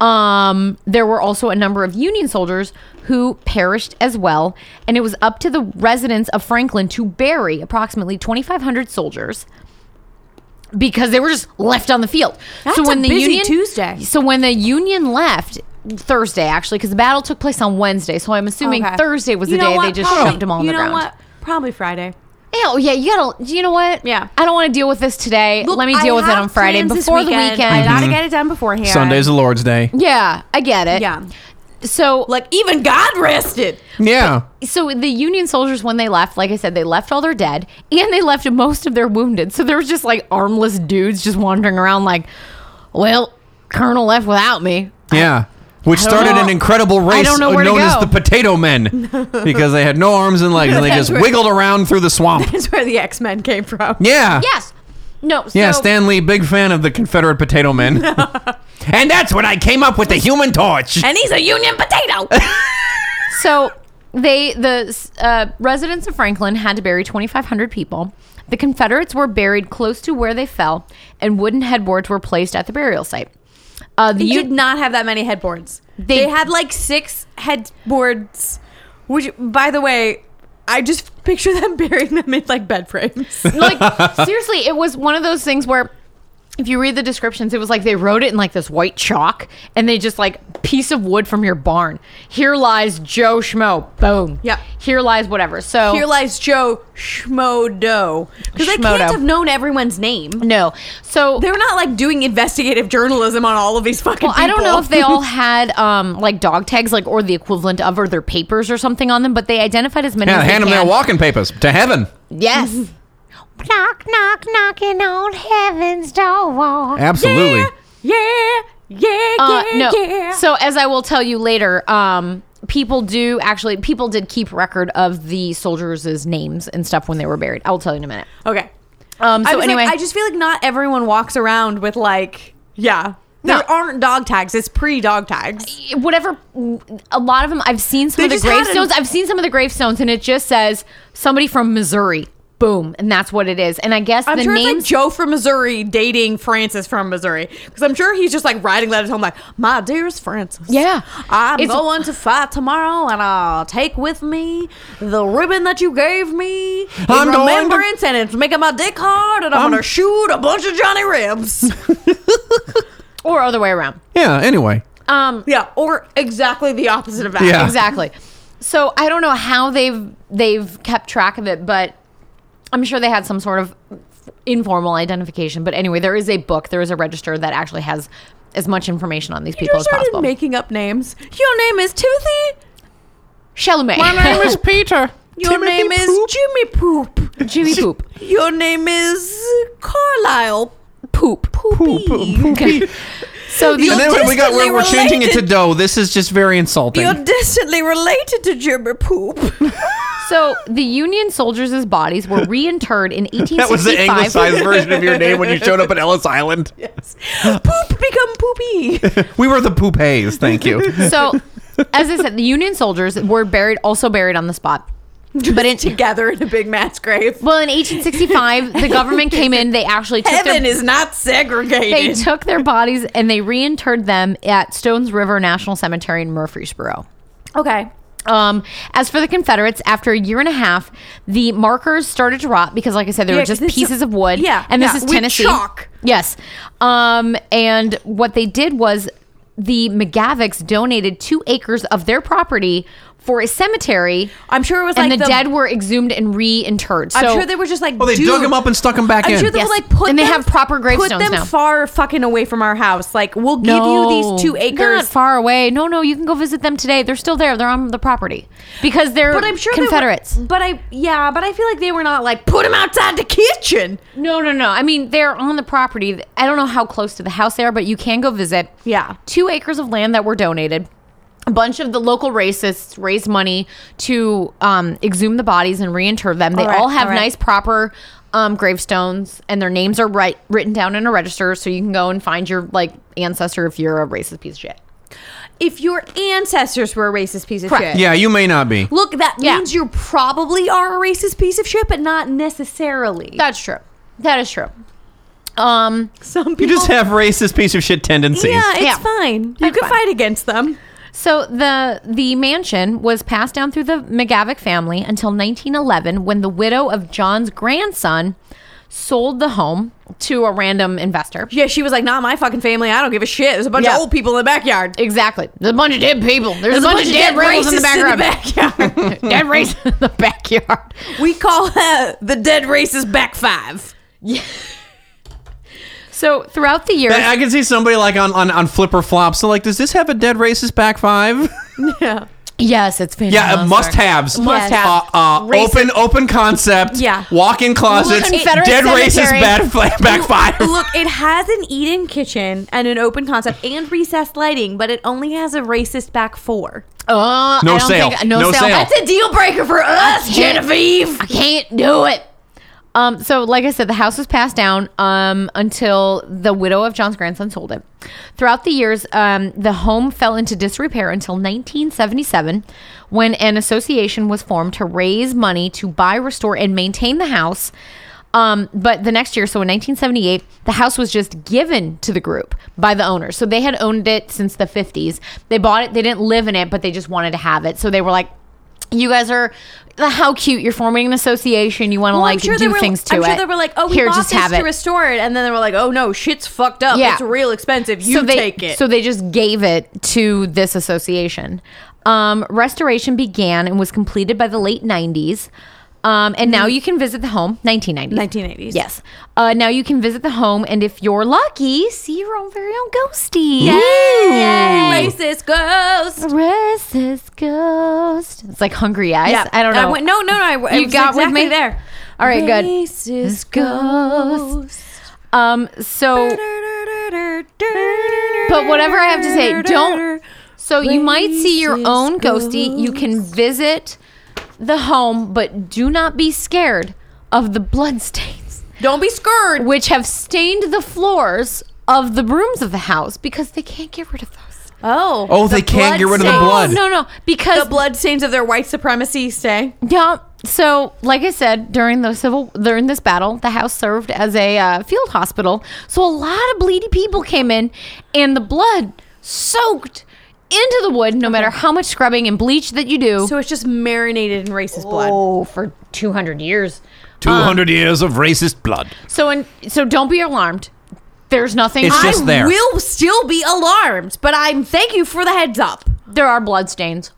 um, there were also a number of union soldiers who perished as well and it was up to the residents of franklin to bury approximately 2500 soldiers because they were just left on the field
That's a busy Tuesday.
so when the union left thursday actually because the battle took place on wednesday so i'm assuming
Okay.
thursday was the
You know
day
what?
they just
Probably-
shoved them all on
you
the
know
ground
what? Probably Friday.
Oh yeah, you gotta. You know what?
Yeah.
I don't want to deal with this today.
Look,
Let me
I
deal with it
have
on Friday
plans this
before the weekend.
I gotta get it done beforehand.
Mm-hmm. Sunday's the Lord's Day.
Yeah, I get it.
Yeah.
So like,
like even God rested.
Yeah.
so the Union soldiers when they left, like I said, they left all their dead and they left most of their wounded. So there was just like armless dudes just wandering around, like, well, Colonel left without me.
Yeah. Which
I don't
started
know-
an incredible race
don't know where to
known as
go.
the Potato Men because they had no arms and legs and they
That's
just
right.
wiggled around through the swamp.
That's where the X Men came from.
Yeah.
Yes. No. So,
Yeah, Stan Lee, big fan of the Confederate Potato Men. and that's when I came up with the human torch.
And he's a Union potato.
So they the uh, residents of Franklin had to bury 2,500 people. The Confederates were buried close to where they fell, and wooden headboards were placed at the burial site. Uh, the
you
U-
did not have that many headboards. They,
They-
had like six headboards. Which, by the way, I just picture them burying them in like bed frames.
like seriously, it was one of those things where if you read the descriptions, it was like they wrote it in like this white chalk and they just like piece of wood from your barn. Here lies Joe Schmo. Boom.
Yeah.
Here lies whatever. So
Here lies Joe Schmodo. Because they
Schmodo.
can't have known everyone's name.
no. So
They're not like doing investigative journalism on all of these fucking
Well, I don't
people.
know if they all had um, like dog tags, like or the equivalent of, or their papers or something on them, but they identified as many.
Yeah,
as they
hand them
can.
their walking papers to heaven.
Yes. knock, knock, knocking on heaven's door.
Absolutely.
Yeah, yeah, yeah,
Uh, no.
yeah.
So as I will tell you later, um, people do actually people did keep record of the soldiers' names and stuff when they were buried. I will tell you in a minute.
okay.
Um,
I
so
was
anyway,
like, I just feel like not everyone walks around with like, yeah. There
No.
aren't dog tags. It's pre-dog tags.
whatever a lot of them i've seen some
They
of the
just had
gravestones
a-
i've seen some of the gravestones and it just says somebody from missouri boom and that's what it is and i guess
I'm
the
sure it's
names
like Joe from Missouri dating Francis from Missouri because I'm sure he's just like writing letters home like, my dearest Francis.
Yeah.
I'm
It's-
going to fight tomorrow and I'll take with me the ribbon that you gave me in
I'm going to-
remembrance and it's making my dick hard and I'm,
I'm-
going to shoot a bunch of Johnny Ribs.
or other way around
Yeah, anyway.
um
yeah, or exactly the opposite of that.
Yeah.
exactly so i don't know how they've they've kept track of it but i'm sure they had some sort of informal identification but anyway there is a book there is a register that actually has as much information on these
You
people
just
as
started
possible
making up names. Your name is Toothy.
Chalamet.
My name is Peter.
Your
Timothy
name is
Poop?
Jimmy Poop.
jimmy poop
Your name is Carlisle Poop. Poopy.
okay so the
And then when we got
Distantly
we're, we're changing it to
related.
dough. This is just very insulting.
You're distantly related to Jimmy Poop.
So the Union soldiers' bodies were reinterred in 1865.
That was the anglicized version of your name when you showed up at Ellis Island.
poop become poopy.
We were the poopays, thank you.
So, as I said, the Union soldiers were buried, also buried on the spot. But in
Together in a big mass grave.
well, in 1865, the government came in. They actually took
Heaven
their,
is not
they
segregated.
took their bodies and they reinterred them at Stones River National Cemetery in Murfreesboro.
okay.
Um, as for the Confederates, after a year and a half, the markers started to rot because, like I said, they
Yeah,
were
'cause
just
this is-
pieces of wood.
yeah,
and this
yeah,
is
with
Tennessee.
chalk.
Yes. Um, and what they did was the McGavics donated two acres of their property for a cemetery,
I'm sure it was
and
like
the,
the-
dead were exhumed and reinterred. So
I'm sure they were just like.
Oh, they
"Dude,
dug him up and stuck him back
I'm
in.
sure they
Yes.
were like put
And they
them-
have proper gravestones
Put them
now.
far fucking away from our house. Like we'll give you these two
Not
acres.
far away. No, no, you can go visit them today. They're still there. They're on the property because they're
But I'm sure they were-
Confederates.
but I yeah, but I feel like they were not like put him outside the kitchen.
No, no, no. I mean, they're on the property. I don't know how close to the house they are, but you can go visit.
Yeah.
Two acres of land that were donated. A bunch of the local racists raised money to um, exhume the bodies and reinter them. They all,
All right,
have
all right.
nice, proper um, gravestones, and their names are right, written down in a register, so you can go and find your like ancestor if you're a racist piece of shit.
If your ancestors were a racist piece of
Correct.
shit.
yeah, you may not be.
Look, that
Yeah.
means you probably are a racist piece of shit, but not necessarily.
That's true. That is true. Um,
Some people
You just have racist piece of shit tendencies.
Yeah, it's
Yeah.
fine. You
It's
can
fine.
fight against them.
So the the mansion was passed down through the McGavick family until 1911, when the widow of John's grandson sold the home to a random investor.
Yeah, she was like, not my fucking family. I don't give a shit. There's a bunch
Yeah.
of old people in the backyard.
Exactly. There's a bunch of dead people. There's, a bunch, of dead, rebels in the
racists
background.
backyard.
dead race in the backyard.
we call that the dead racist back five.
So throughout the years,
I I can see somebody like on, on, on flipper flops. So like, does this have a dead racist back five?
Yeah.
yes, it's fantastic.
Yeah, uh, must haves.
Must have.
Uh, uh, open open concept.
Yeah.
Walk in closets.
Confederate
dead
cemetery.
racist bad, back five.
Look, it has an eat-in kitchen and an open concept and recessed lighting, but it only has a racist back four.
Uh,
No
I don't
sale.
think- no,
No
sale.
sale.
That's
a deal breaker for us, Genevieve.
I can't do it. Um, so, like I said, the house was passed down um, until the widow of John's grandson sold it. Throughout the years, um, the home fell into disrepair until 1977, when an association was formed to raise money to buy, restore, and maintain the house. Um, but the next year, so in 1978, the house was just given to the group by the owners. So they had owned it since the 50s. They bought it, they didn't live in it, but they just wanted to have it. So they were like, you guys are how cute you're forming an association you want to
Well,
like do
were,
things to
I'm
it
sure they were like, oh, we
here
bought
just
this
have
to
it
restore it, and then they were like, oh no, shit's fucked up.
Yeah.
It's real expensive. You
so they,
take it.
So they just gave it to this association. Um, restoration began and was completed by the late 90s. Um, and
Mm-hmm.
now you can visit the home, 1990s.
1980s.
Yes. Uh, now you can visit the home, and if you're lucky, see your own very own ghosty.
Yay, racist ghost.
Racist ghost. It's like Hungry Eyes. I don't know.
went, no, no, no. I, I
You
was
got with
exactly
me?
there.
All right, good.
Racist
ghost. Um, so, but whatever I have to say, don't. So you might see your own ghosty. You can visit the home, but do not be scared of the bloodstains,
Don't be scared.
which have stained the floors of the rooms of the house because they can't get rid of those.
Oh.
Oh, they can't get rid of the
blood.
blood.
No, no,
stains-
because
The blood stains of their white supremacy say.
Yeah. So, like I said, during the civil during this battle, the house served as a uh, field hospital. So a lot of bleedy people came in, and the blood soaked into the wood. No matter how much scrubbing and bleach that you do,
So it's just marinated in racist blood.
oh, for two hundred years.
200 years of racist blood.
So and so, don't be alarmed. There's nothing.
It's
I-
just there.
We'll still be alarmed, but I'm thank you for the heads up.
there are blood stains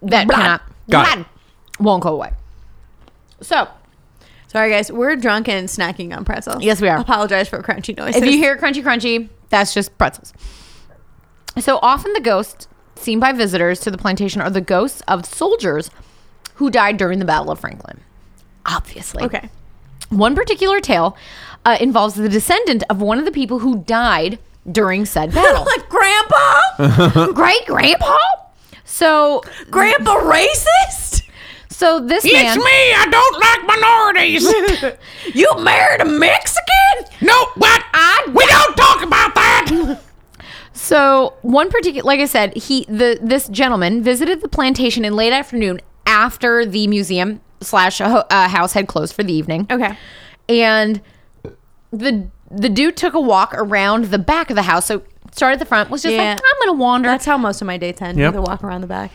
that cannot
Got it.
blood won't go away. So
Sorry, guys, we're drunk and snacking on pretzels.
Yes, we are.
Apologize for crunchy noises.
If you hear crunchy crunchy, that's just pretzels. So often the ghosts seen by visitors to the plantation are the ghosts of soldiers who died during the Battle of Franklin. Obviously.
okay,
One particular tale uh, involves the descendant of one of the people who died during said battle.
like Grandpa,
Great grandpa? So
Grandpa racist.
so this man
It's me. I don't like minorities.
You married a Mexican?
no, what? I, we don't talk about that.
So one particular, like I said, he the this gentleman visited the plantation in late afternoon after the museum slash ho- uh, house had closed for the evening.
Okay.
and the the dude took a walk around the back of the house. So started at the front, was just
Yeah.
like, I'm gonna wander.
That's how most of my dates end.
Yep.
With a walk around the back.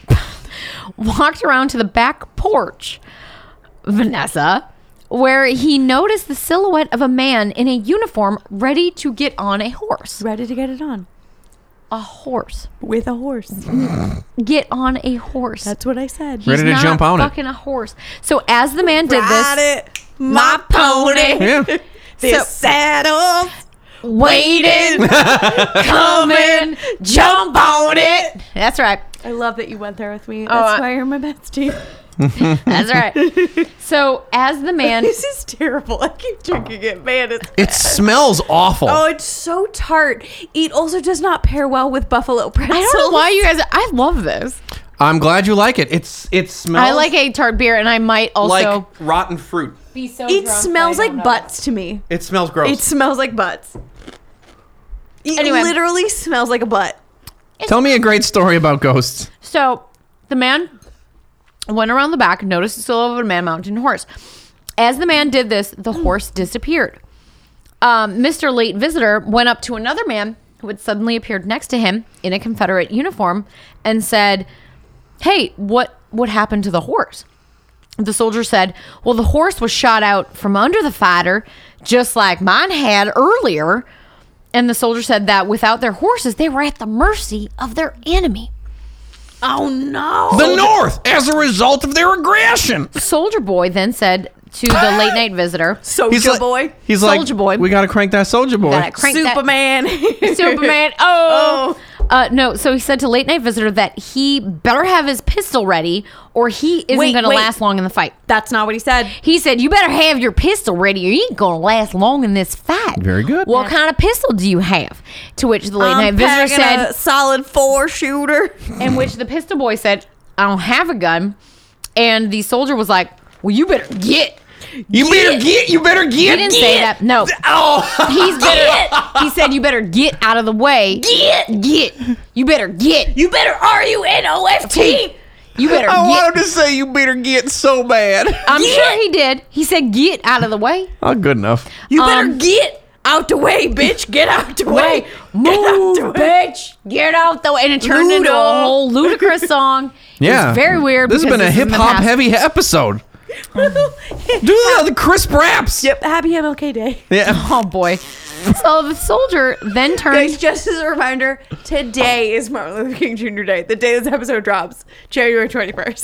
walked around to the back porch, Vanessa, where he noticed the silhouette of a man in a uniform ready to get on a horse.
Ready to get it on
A horse.
with a horse.
Get on a horse.
That's what I said.
Ready to
not
jump on it.
fucking a horse. So as the man did this,
it, my pony.
Yeah.
This saddle
waiting, coming, jump on it. That's right.
I love that you went there with me.
Oh,
That's
I-
why you're my bestie.
That's right. So as the man,
This is terrible. I keep drinking it, man. It's,
It smells awful.
oh, it's so tart. It also does not pair well with buffalo pretzels.
I don't know why you guys. I love this.
I'm glad you like it. It's it smells
I like a tart beer, and I might also
like rotten fruit.
be so.
It smells like butts to me.
It smells gross.
It smells like butts. It
Anyway.
literally smells like a butt.
Tell me a great story about ghosts.
So the man went around the back, noticed the silhouette of a man mounted on a horse. As the man did this, the horse disappeared. Um, Mr. Late Visitor went up to another man who had suddenly appeared next to him in a Confederate uniform and said, Hey, what, what happened to the horse? The soldier said, Well, the horse was shot out from under the fighter, just like mine had earlier. And the soldier said that without their horses, they were at the mercy of their enemy.
Oh no!
The North, as a result of their aggression.
Soldier Boy then said to the late night visitor,
Soja
He's like,
boy,
He's
Soulja
like,
Boy.
we gotta crank that soldier boy.
Gotta crank that-
Superman.
Superman. Oh. Uh, no, so he said to late night visitor that he better have his pistol ready or he isn't
Wait,
going to
wait.
last long in the fight.
That's not what he said.
He said, You better have your pistol ready or you ain't going to last long in this fight.
Very good.
What kind of pistol do you have? To which the late night
I'm
visitor
packing
said,
a solid four shooter.
In which the pistol boy said, I don't have a gun. And the soldier was like, Well, you better get.
you better get. You better get.
He didn't say that. No.
Oh,
He's better. He said, "You better get out of the way. Get, get. You better get.
You better R U N O F T.
You better
I
get."
wanted to say you better get so bad.
I'm sure he did. He said, "Get out of the way."
Oh, good enough.
You
Um,
better get out the way, bitch. Get out the way.
Wait, move, bitch. Get out the way. And it turned into a
Ludo.
whole ludicrous song. It
Yeah,
was very weird.
This has
because
been a
this is in
hip
the
hop
past-
heavy episode. Do the, the crisp raps.
Yep. Happy MLK Day.
Yeah.
Oh boy. So the soldier then
Guys,
turned.
just as a reminder, today is Martin Luther King Jr. Day. The day this episode drops, January 21st.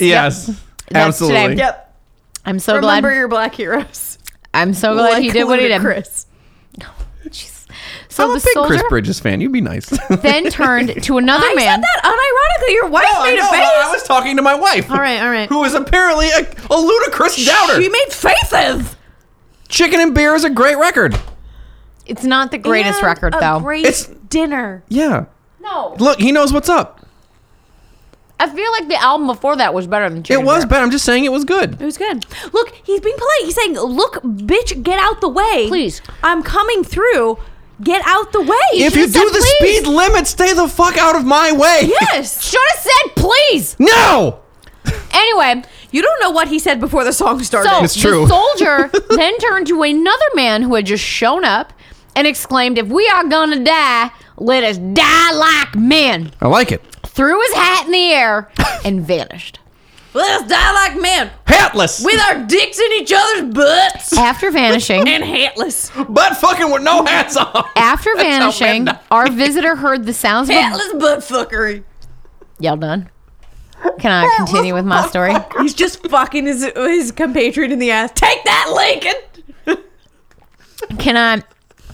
Yes.
That's today.
Absolutely.
Yep.
I'm so
Remember
glad.
your black heroes.
I'm so glad he did what he did.
Chris.
So
I'm
the
a big
soldier
Chris Bridges fan. You'd be nice.
then turned to another
I
man.
said that unironically. Your wife
I
made
know,
a face.
I was talking to my wife.
All right, all right.
Who is apparently a, a ludicrous doubter.
She made faces.
Chicken and Beer is a great record.
It's not the greatest
And
record
a
though.
Great
It's-
dinner.
Yeah.
no,
Look, he knows what's up.
I feel like the album before that was better than.
It
Chicken
was
Dinner.
bad. I'm just saying it was good.
It was good. Look, he's being polite. He's saying, "Look, bitch, get out the way,
Please.
I'm coming through. Get out the way."
If you do
should've
the
said please.
speed limit, stay the fuck out of my way.
yes,
Should have said please.
No.
Anyway,
you don't know what he said before the song started.
so
It's true.
the soldier then turned to another man who had just shown up and exclaimed, "If we are gonna die, let us die like men."
I like it.
Threw his hat in the air and vanished.
Let us die like men
Hatless.
with our dicks in each other's butts
After vanishing,
and hatless,
butt fucking with no hats on.
after
That's how
vanishing,
men die.
our visitor heard the sounds of a
hatless butt fuckery.
Y'all done? Can I continue with my story?
He's just fucking his his compatriot in the ass. Take that, Lincoln.
Can I?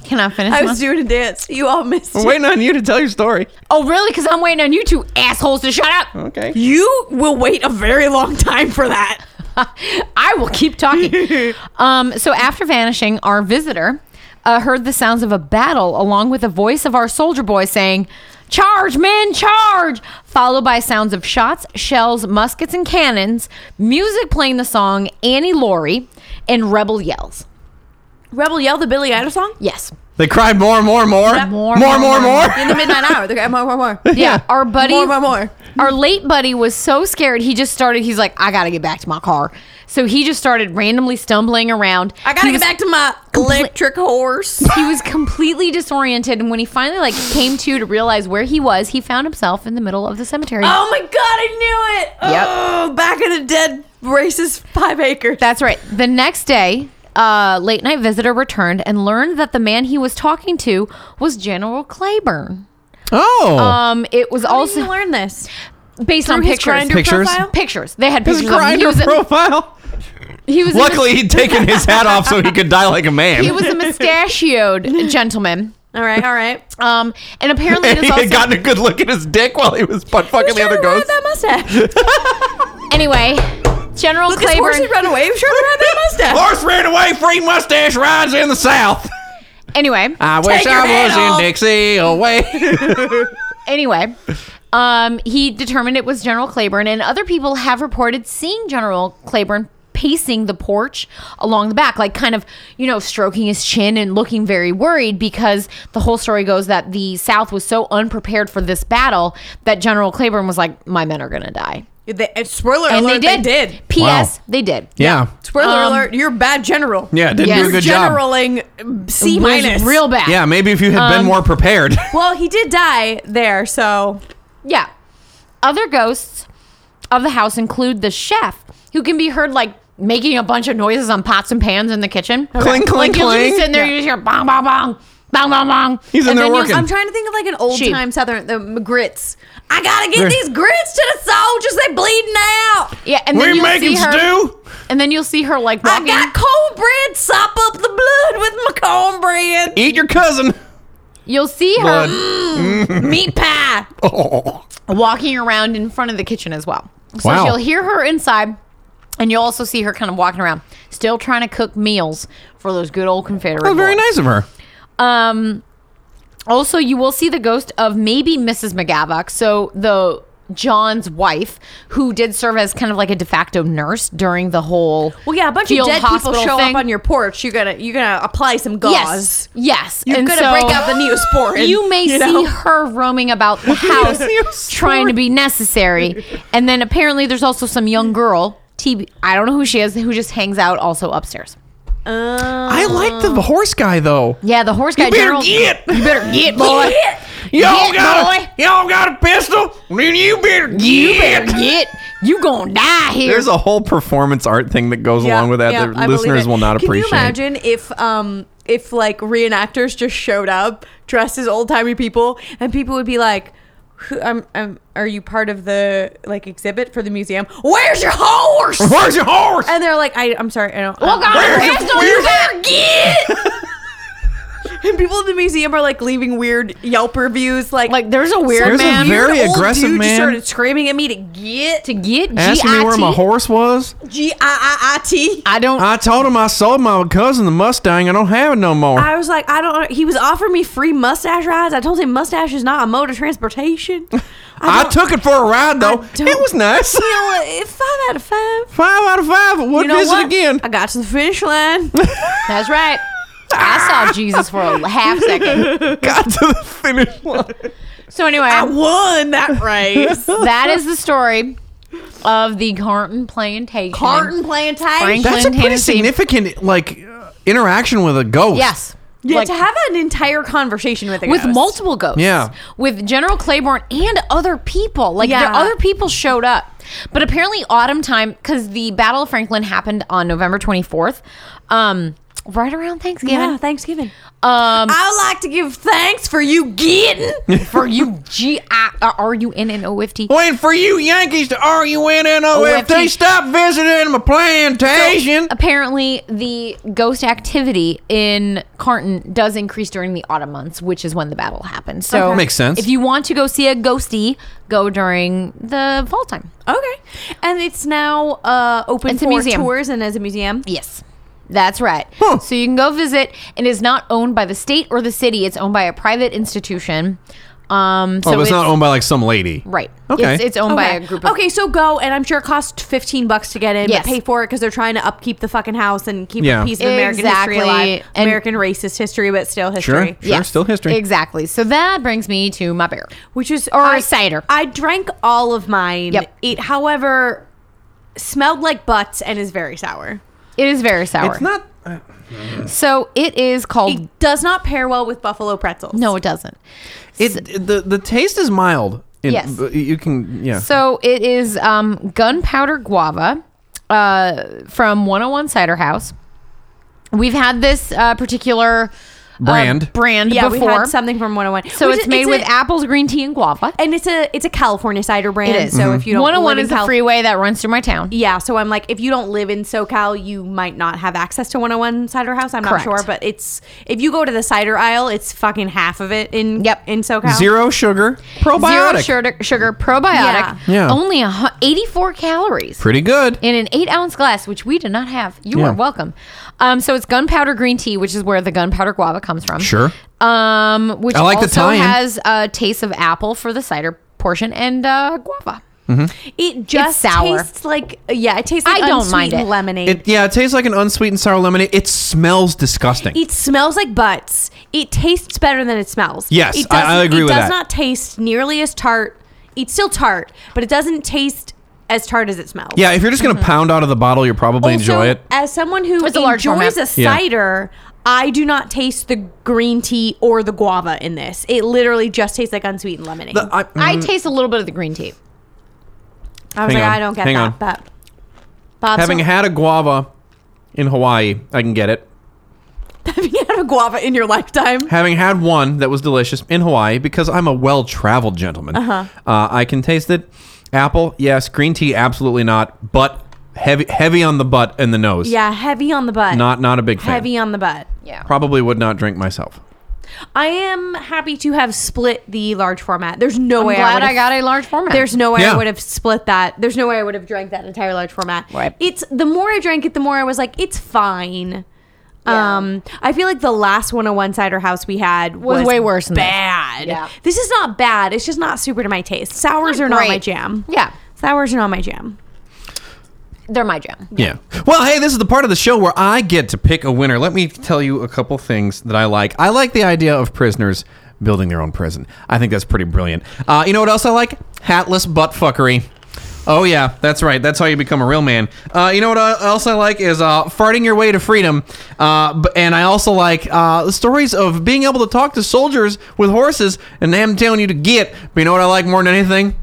Can I finish?
I
my-
was doing a dance. You all missed
I'm
it.
waiting on you to tell your story.
oh, really? Because I'm waiting on you two assholes to shut up.
Okay.
You will wait a very long time for that.
I will keep talking. um, so after vanishing, our visitor uh, heard the sounds of a battle, along with the voice of our soldier boy saying, "Charge, men, charge!" Followed by sounds of shots, shells, muskets, and cannons. Music playing the song "Annie Laurie" and rebel yells.
Rebel yell the Billy Idol song
Yes.
They cried more, more, more.
More,
more, more.
more, more.
more.
in the midnight hour. The guy, more, more, more.
Yeah, our buddy
More, more, more.
Our late buddy was so scared he just started he's like, I gotta get back to my car. So he just started randomly stumbling around.
I gotta
He
get
was-
back to my electric horse.
He was completely disoriented and when he finally like came to to realize where he was, he found himself in the middle of the cemetery.
Oh my god, I knew it!
Yep.
Oh, back in a dead racist five acres.
That's right. The next day, uh, late night visitor returned and learned that the man he was talking to was General Claiborne.
Oh.
Um, it was also
you learn this.
based on
Through his
pictures.
Grindr
Pictures?
profile?
Pictures. They had
his
pictures. of him. He
grinder
was a-
profile.
he was a-
Luckily, he'd taken his hat off so he could die like a man.
he was a mustachioed gentleman.
All right, all right.
Um, and apparently
and
this
he
also,
had gotten a good look at his dick while he was butt fucking the
Sure,
other
why
ghost.
that mustache.
anyway, General
Look, his horse
Claiborne.
had run away. Sure, had that mustache.
Horse ran away, free mustache rides in the south.
anyway,
I wish
your
I
hat
was
off.
in Dixie away.
anyway, um, he determined it was General Claiborne, and other people have reported seeing General Claiborne pacing the porch along the back, like kind of, you know, stroking his chin and looking very worried because the whole story goes that the South was so unprepared for this battle that General Claiborne was like, "My men are gonna die,"
They, uh, spoiler
and
alert,
they did. P.S.
Wow.
They did.
yeah.
Spoiler
Um,
alert, you're a bad general.
Yeah, didn't
Yes.
do a good job.
Generaling C
It was
minus.
real bad.
Yeah, maybe if you had
Um,
been more prepared.
Well, he did die there, so
Yeah. Other ghosts of the house include the chef, who can be heard like making a bunch of noises on pots and pans in the kitchen.
Cling, cling,
like, You'll
cling.
just be sitting there, you just hear bong, bong, bong, bong, bong, bong.
He's in there
then you'll-
working.
I'm trying to think of like an old
She-
time southern the m- grits. I gotta get
There-
these grits to the soldiers. They bleeding out.
Yeah, and then you'll see her,
stew.
and then you'll see her like
I
walking.
got cornbread. Sop up the blood with my cornbread.
Eat your cousin.
you'll see her
Blood.
Meat pie.
Oh.
walking around in front of the kitchen as well. So
Wow.
you'll hear her inside, and you'll also see her kind of walking around, still trying to cook meals for those good old Confederate.
oh, very
boys.
nice of her.
Um, also, you will see the ghost of maybe Mrs. McGavock, so the John's wife, who did serve as kind of like a de facto nurse during the whole
Well, yeah, a bunch
field
of dead people
hospital
show
thing.
up on your porch. You're gonna you're gonna apply some gauze.
yes, yes.
You're
And
gonna
so
break out the neosporin.
You may see
know?
her roaming about the house, trying to be necessary, and then apparently there's also some young girl. TB, I don't know who she is, who just hangs out also upstairs.
I like the horse guy though.
Yeah, the horse guy.
You better
General,
get.
You better get, boy.
Y'all
Get,
got
boy.
a, y'all got a pistol? Then you better get.
You better get. You gonna die here.
There's a whole performance art thing that goes along with that that
I believe
listeners
it.
will not appreciate.
Can you imagine if um if like reenactors just showed up dressed as old timey people and people would be like, "Who- "I'm I'm are you part of the like exhibit for the museum? Where's your horse?"
Where's your horse?
And they're like, I, I'm sorry, I don't.
oh God,
Where's-
Crystal, you
where's-
better get.
And people in the museum are like leaving weird Yelp reviews. Like,
Like there's a weird
There's a
man
very
an old
aggressive
dude
man.
Just started screaming at me to get
to get.
Asked me where my
G-I-T?
horse was.
G I I I T.
I don't.
I told him I sold my cousin the Mustang. I don't have it no more.
I was like, I don't. He was offering me free mustache rides. I told him mustache is not a mode of transportation.
I,
don't-
took it for a ride though.
I don't-
It was nice.
You know, it- five out of five.
Five out of five. I Would
You know
visit
what?
again.
I got to the finish line.
that's right. I saw Jesus for a half second.
Got to the finish line.
So anyway,
I won that race.
that is the story of the Carton Plantation.
Carton plantation.
Franklin,
That's a pretty
Tennessee.
significant like uh, interaction with a ghost.
Yes.
Yeah,
Like,
to have an entire conversation with a
with
ghost.
multiple ghosts.
Yeah.
With General Claiborne and other people. Like, there
Yeah.
other people showed up. But apparently, autumn time, because the Battle of Franklin happened on November 24th, um, right around Thanksgiving.
Yeah, Thanksgiving.
Um,
I like to give thanks for you getting.
for you, G I R U N N O F T.
Waiting for you Yankees to R-U-N-N-O-F-T.
OFT.
Stop visiting my plantation.
uh,
Apparently, the ghost activity in Carton does increase during the autumn months, which is when the battle happened. So
Okay. Makes sense.
If you want to go see a ghosty, go during the fall time.
Okay, and it's now uh, open
It's a
for
museum.
tours and as a museum.
Yes. That's right.
Huh.
So you can go visit. It is not owned by the state or the city. It's owned by a private institution. Um, so
oh, but it's not owned by like some lady.
Right.
Okay.
It's, it's owned by a group of.
okay, so go, and I'm sure it cost 15 bucks to get in,
Yes.
but pay for it because they're trying to upkeep the fucking house and keep
Yeah.
a piece of American
Exactly.
history alive.
And-
American racist history, but still
Sure.
history.
Sure. Still history.
Exactly. So that brings me to my bear.
Which is
Or
I-
cider.
I drank all of mine.
Yep.
It, however, smelled like butts and is very sour.
It is very sour.
It's not. uh,
so it is called.
It does not pair well with buffalo pretzels.
Oh. no, it doesn't.
It the the taste is mild. It-
Yes.
but You can yeah.
So it is um, gunpowder guava uh, from 101 Cider House. We've had this uh, particular uh,
Brand.
brand
Yeah,
before.
we had something from 101.
so
Which
it's
is-
made with
a-
apples, green tea, and guava.
and it's a it's a California cider brand.
It is. Mm-hmm.
So if you don't
101
live in
is the
Cali-
freeway that runs through my town.
Yeah, so I'm like, if you don't live in SoCal, you might not have access to 101 Cider House. I'm
Correct.
not sure, but it's if you go to the cider aisle, it's fucking half of it in
Yep.
in SoCal.
Zero sugar. Probiotic.
Zero sugar, sugar probiotic.
Yeah. Yeah.
Only a, hu- 84 calories.
Pretty good.
in an eight ounce glass, which we did not have. You
Yeah.
are welcome. Um, so it's gunpowder green tea, which is where the gunpowder guava comes from.
Sure.
Um, which
I like the
also
tie-in.
has a taste of apple for the cider portion and uh, guava.
It just
sour.
tastes like yeah, it tastes. Like
I don't mind
unsweetened
it.
Lemonade. It,
It yeah. It tastes like an unsweetened sour lemonade. It smells disgusting.
smells like butts. It tastes better than it smells.
Yes,
it
I- I
doesn't-
agree
it
with
does
that.
not taste nearly as tart. It's still tart, but it doesn't taste as tart as it smells.
yeah. If you're just gonna pound out of the bottle, you'll probably enjoy
Also,
it.
As someone who
It's a large
enjoys a
format.
Yeah.
cider, I do not taste the green tea or the guava in this. It literally just tastes like unsweetened lemonade.
The- I-
I taste a little bit of the green tea.
I was
hang
like,
on,
I don't get
hang
that.
on.
But Bob's
having had a guava in Hawaii, I can get it.
having had a guava in your lifetime.
Having had one that was delicious in Hawaii, because I'm a well-traveled gentleman, uh I can taste it. Apple, yes. Green tea, absolutely not. But heavy, heavy on the butt and the nose.
Yeah, heavy on the butt.
Not, not a big fan.
heavy on the butt.
Yeah.
Probably would not drink myself.
I am happy to have split the large format. There's no
I'm
way I
glad
would've-
I, got a large format.
There's no way
Yeah.
I would have split that. There's no way I would have drank that entire large format.
Right.
It's the more I drank it, the more I was like, it's fine. Um, I feel like the last 101 cider house we had
Was
was,
way worse than this.
bad.
Yeah.
This is not bad. It's just not super to my taste. Sours are not my
Great.
jam.
Yeah,
Sours are not my jam.
they're my jam.
Yeah. Well, hey, this is the part of the show where I get to pick a winner. Let me tell you a couple things that I like. I like the idea of prisoners building their own prison. I think that's pretty brilliant. Uh, you know what else I like? Hatless butt fuckery. Oh yeah, that's right. That's how you become a real man. Uh, you know what uh, else I like is uh, farting your way to freedom, uh, b- and I also like uh, stories of being able to talk to soldiers with horses and them telling you to get. But you know what I like more than anything?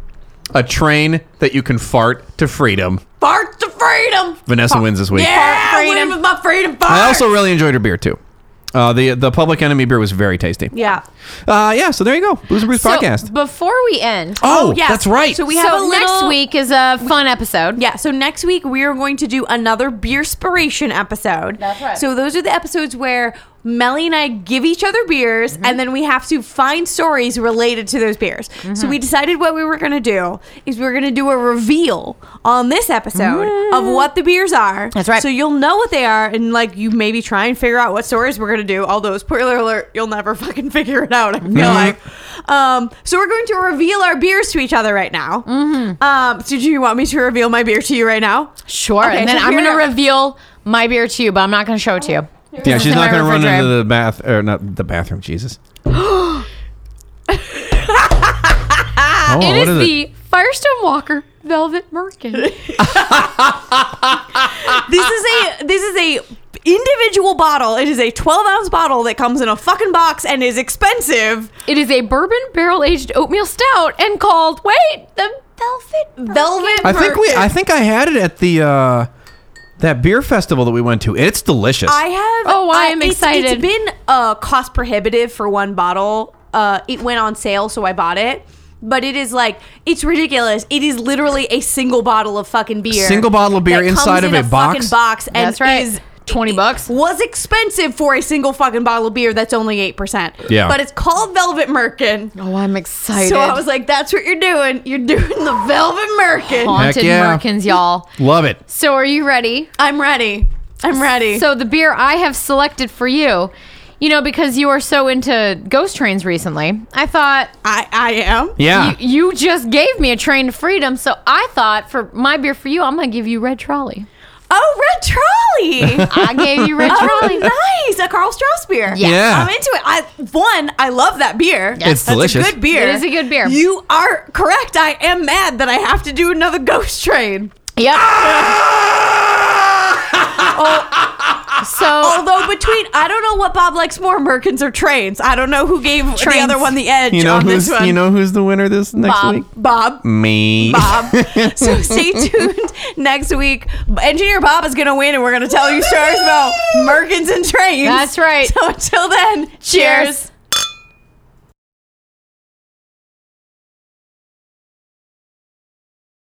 A train that you can fart to freedom.
Fart to freedom.
Vanessa wins this week.
Yeah,
Fart
freedom.
freedom.
with my freedom fart.
I also really enjoyed her beer too. Uh, the the Public Enemy beer was very tasty.
Yeah.
Uh, yeah. So there you go, Booze and Brews
So,
podcast.
Before we end,
Oh,
yes.
that's right.
So we
so
have a
next
little-
week is a fun episode.
Yeah, so next week we are going to do another beer spiration episode.
That's right.
So those are the episodes where Melly and I give each other beers
Mm-hmm.
and then we have to find stories related to those beers. So
Mm-hmm.
we decided what we were going to do is we were going to do a reveal on this episode of what the beers are.
Mm. That's right.
So you'll know what they are and like you maybe try and figure out what stories we're going to do. Although spoiler alert, you'll never fucking figure it out. I feel
Mm-hmm.
like. Um, so we're going to reveal our beers to each other right now.
Mm-hmm.
Um, so do you want me to reveal my beer to you right now?
Sure.
Okay,
and then
so
I'm
here-
going to reveal my beer to you, but I'm not going to show it to you.
yeah, she's
in
not
my
going to run
refrigerator.
into the bath or not the bathroom. Jesus. oh, what
it is,
is
the Firestone Walker Velvet Merkin.
This is a this is a individual bottle. It is a 12 ounce bottle that comes in a fucking box and is expensive.
it is a bourbon barrel aged oatmeal stout and called, wait, the Velvet Merkin.
Velvet.
I think we. I think I had it at the uh, that beer festival that we went to. It's delicious.
I have. uh,
Oh, I am
it's-
excited.
It's been uh, cost prohibitive for one bottle. Uh, it went on sale, so I bought it. But it is like it's ridiculous. It is literally a single bottle of fucking beer.
Single bottle of beer
that comes
inside of
in
a box?
fucking box, and
That's right.
is
20 bucks.
Was expensive for a single fucking bottle of beer that's only eight percent.
Yeah.
but it's called Velvet Merkin.
Oh, I'm excited.
So I was like, "That's what you're doing. You're doing the Velvet Merkin."
Heck
Haunted
yeah.
Merkins, y'all.
Love it.
So are you ready?
I'm ready. I'm ready.
So the beer I have selected for you, you know, because you are so into ghost trains recently, I thought
I I am.
Yeah.
you, you just gave me a train to freedom. So I thought for my beer for you, I'm gonna give you Red Trolley.
Oh, Red Trolley.
I gave you Red Trolley.
Oh, nice. A Carl Strauss beer.
Yeah.
Yeah.
I'm into it. I one, I love that beer.
It's
That's
delicious.
A good beer.
It is a good beer.
You are correct. I am mad that I have to do another ghost train.
Yep.
Ah!
Oh, So
Although between I don't know what Bob likes more, Merkins or trains. I don't know who gave the
Trains.
other one the edge
you know
on
who's
this one.
you know who's the winner this next
Bob.
week?
Bob.
Me.
Bob. so stay tuned next week. Engineer Bob is gonna win and we're gonna tell you stories about Merkins and trains.
That's right.
So until then, cheers.
cheers.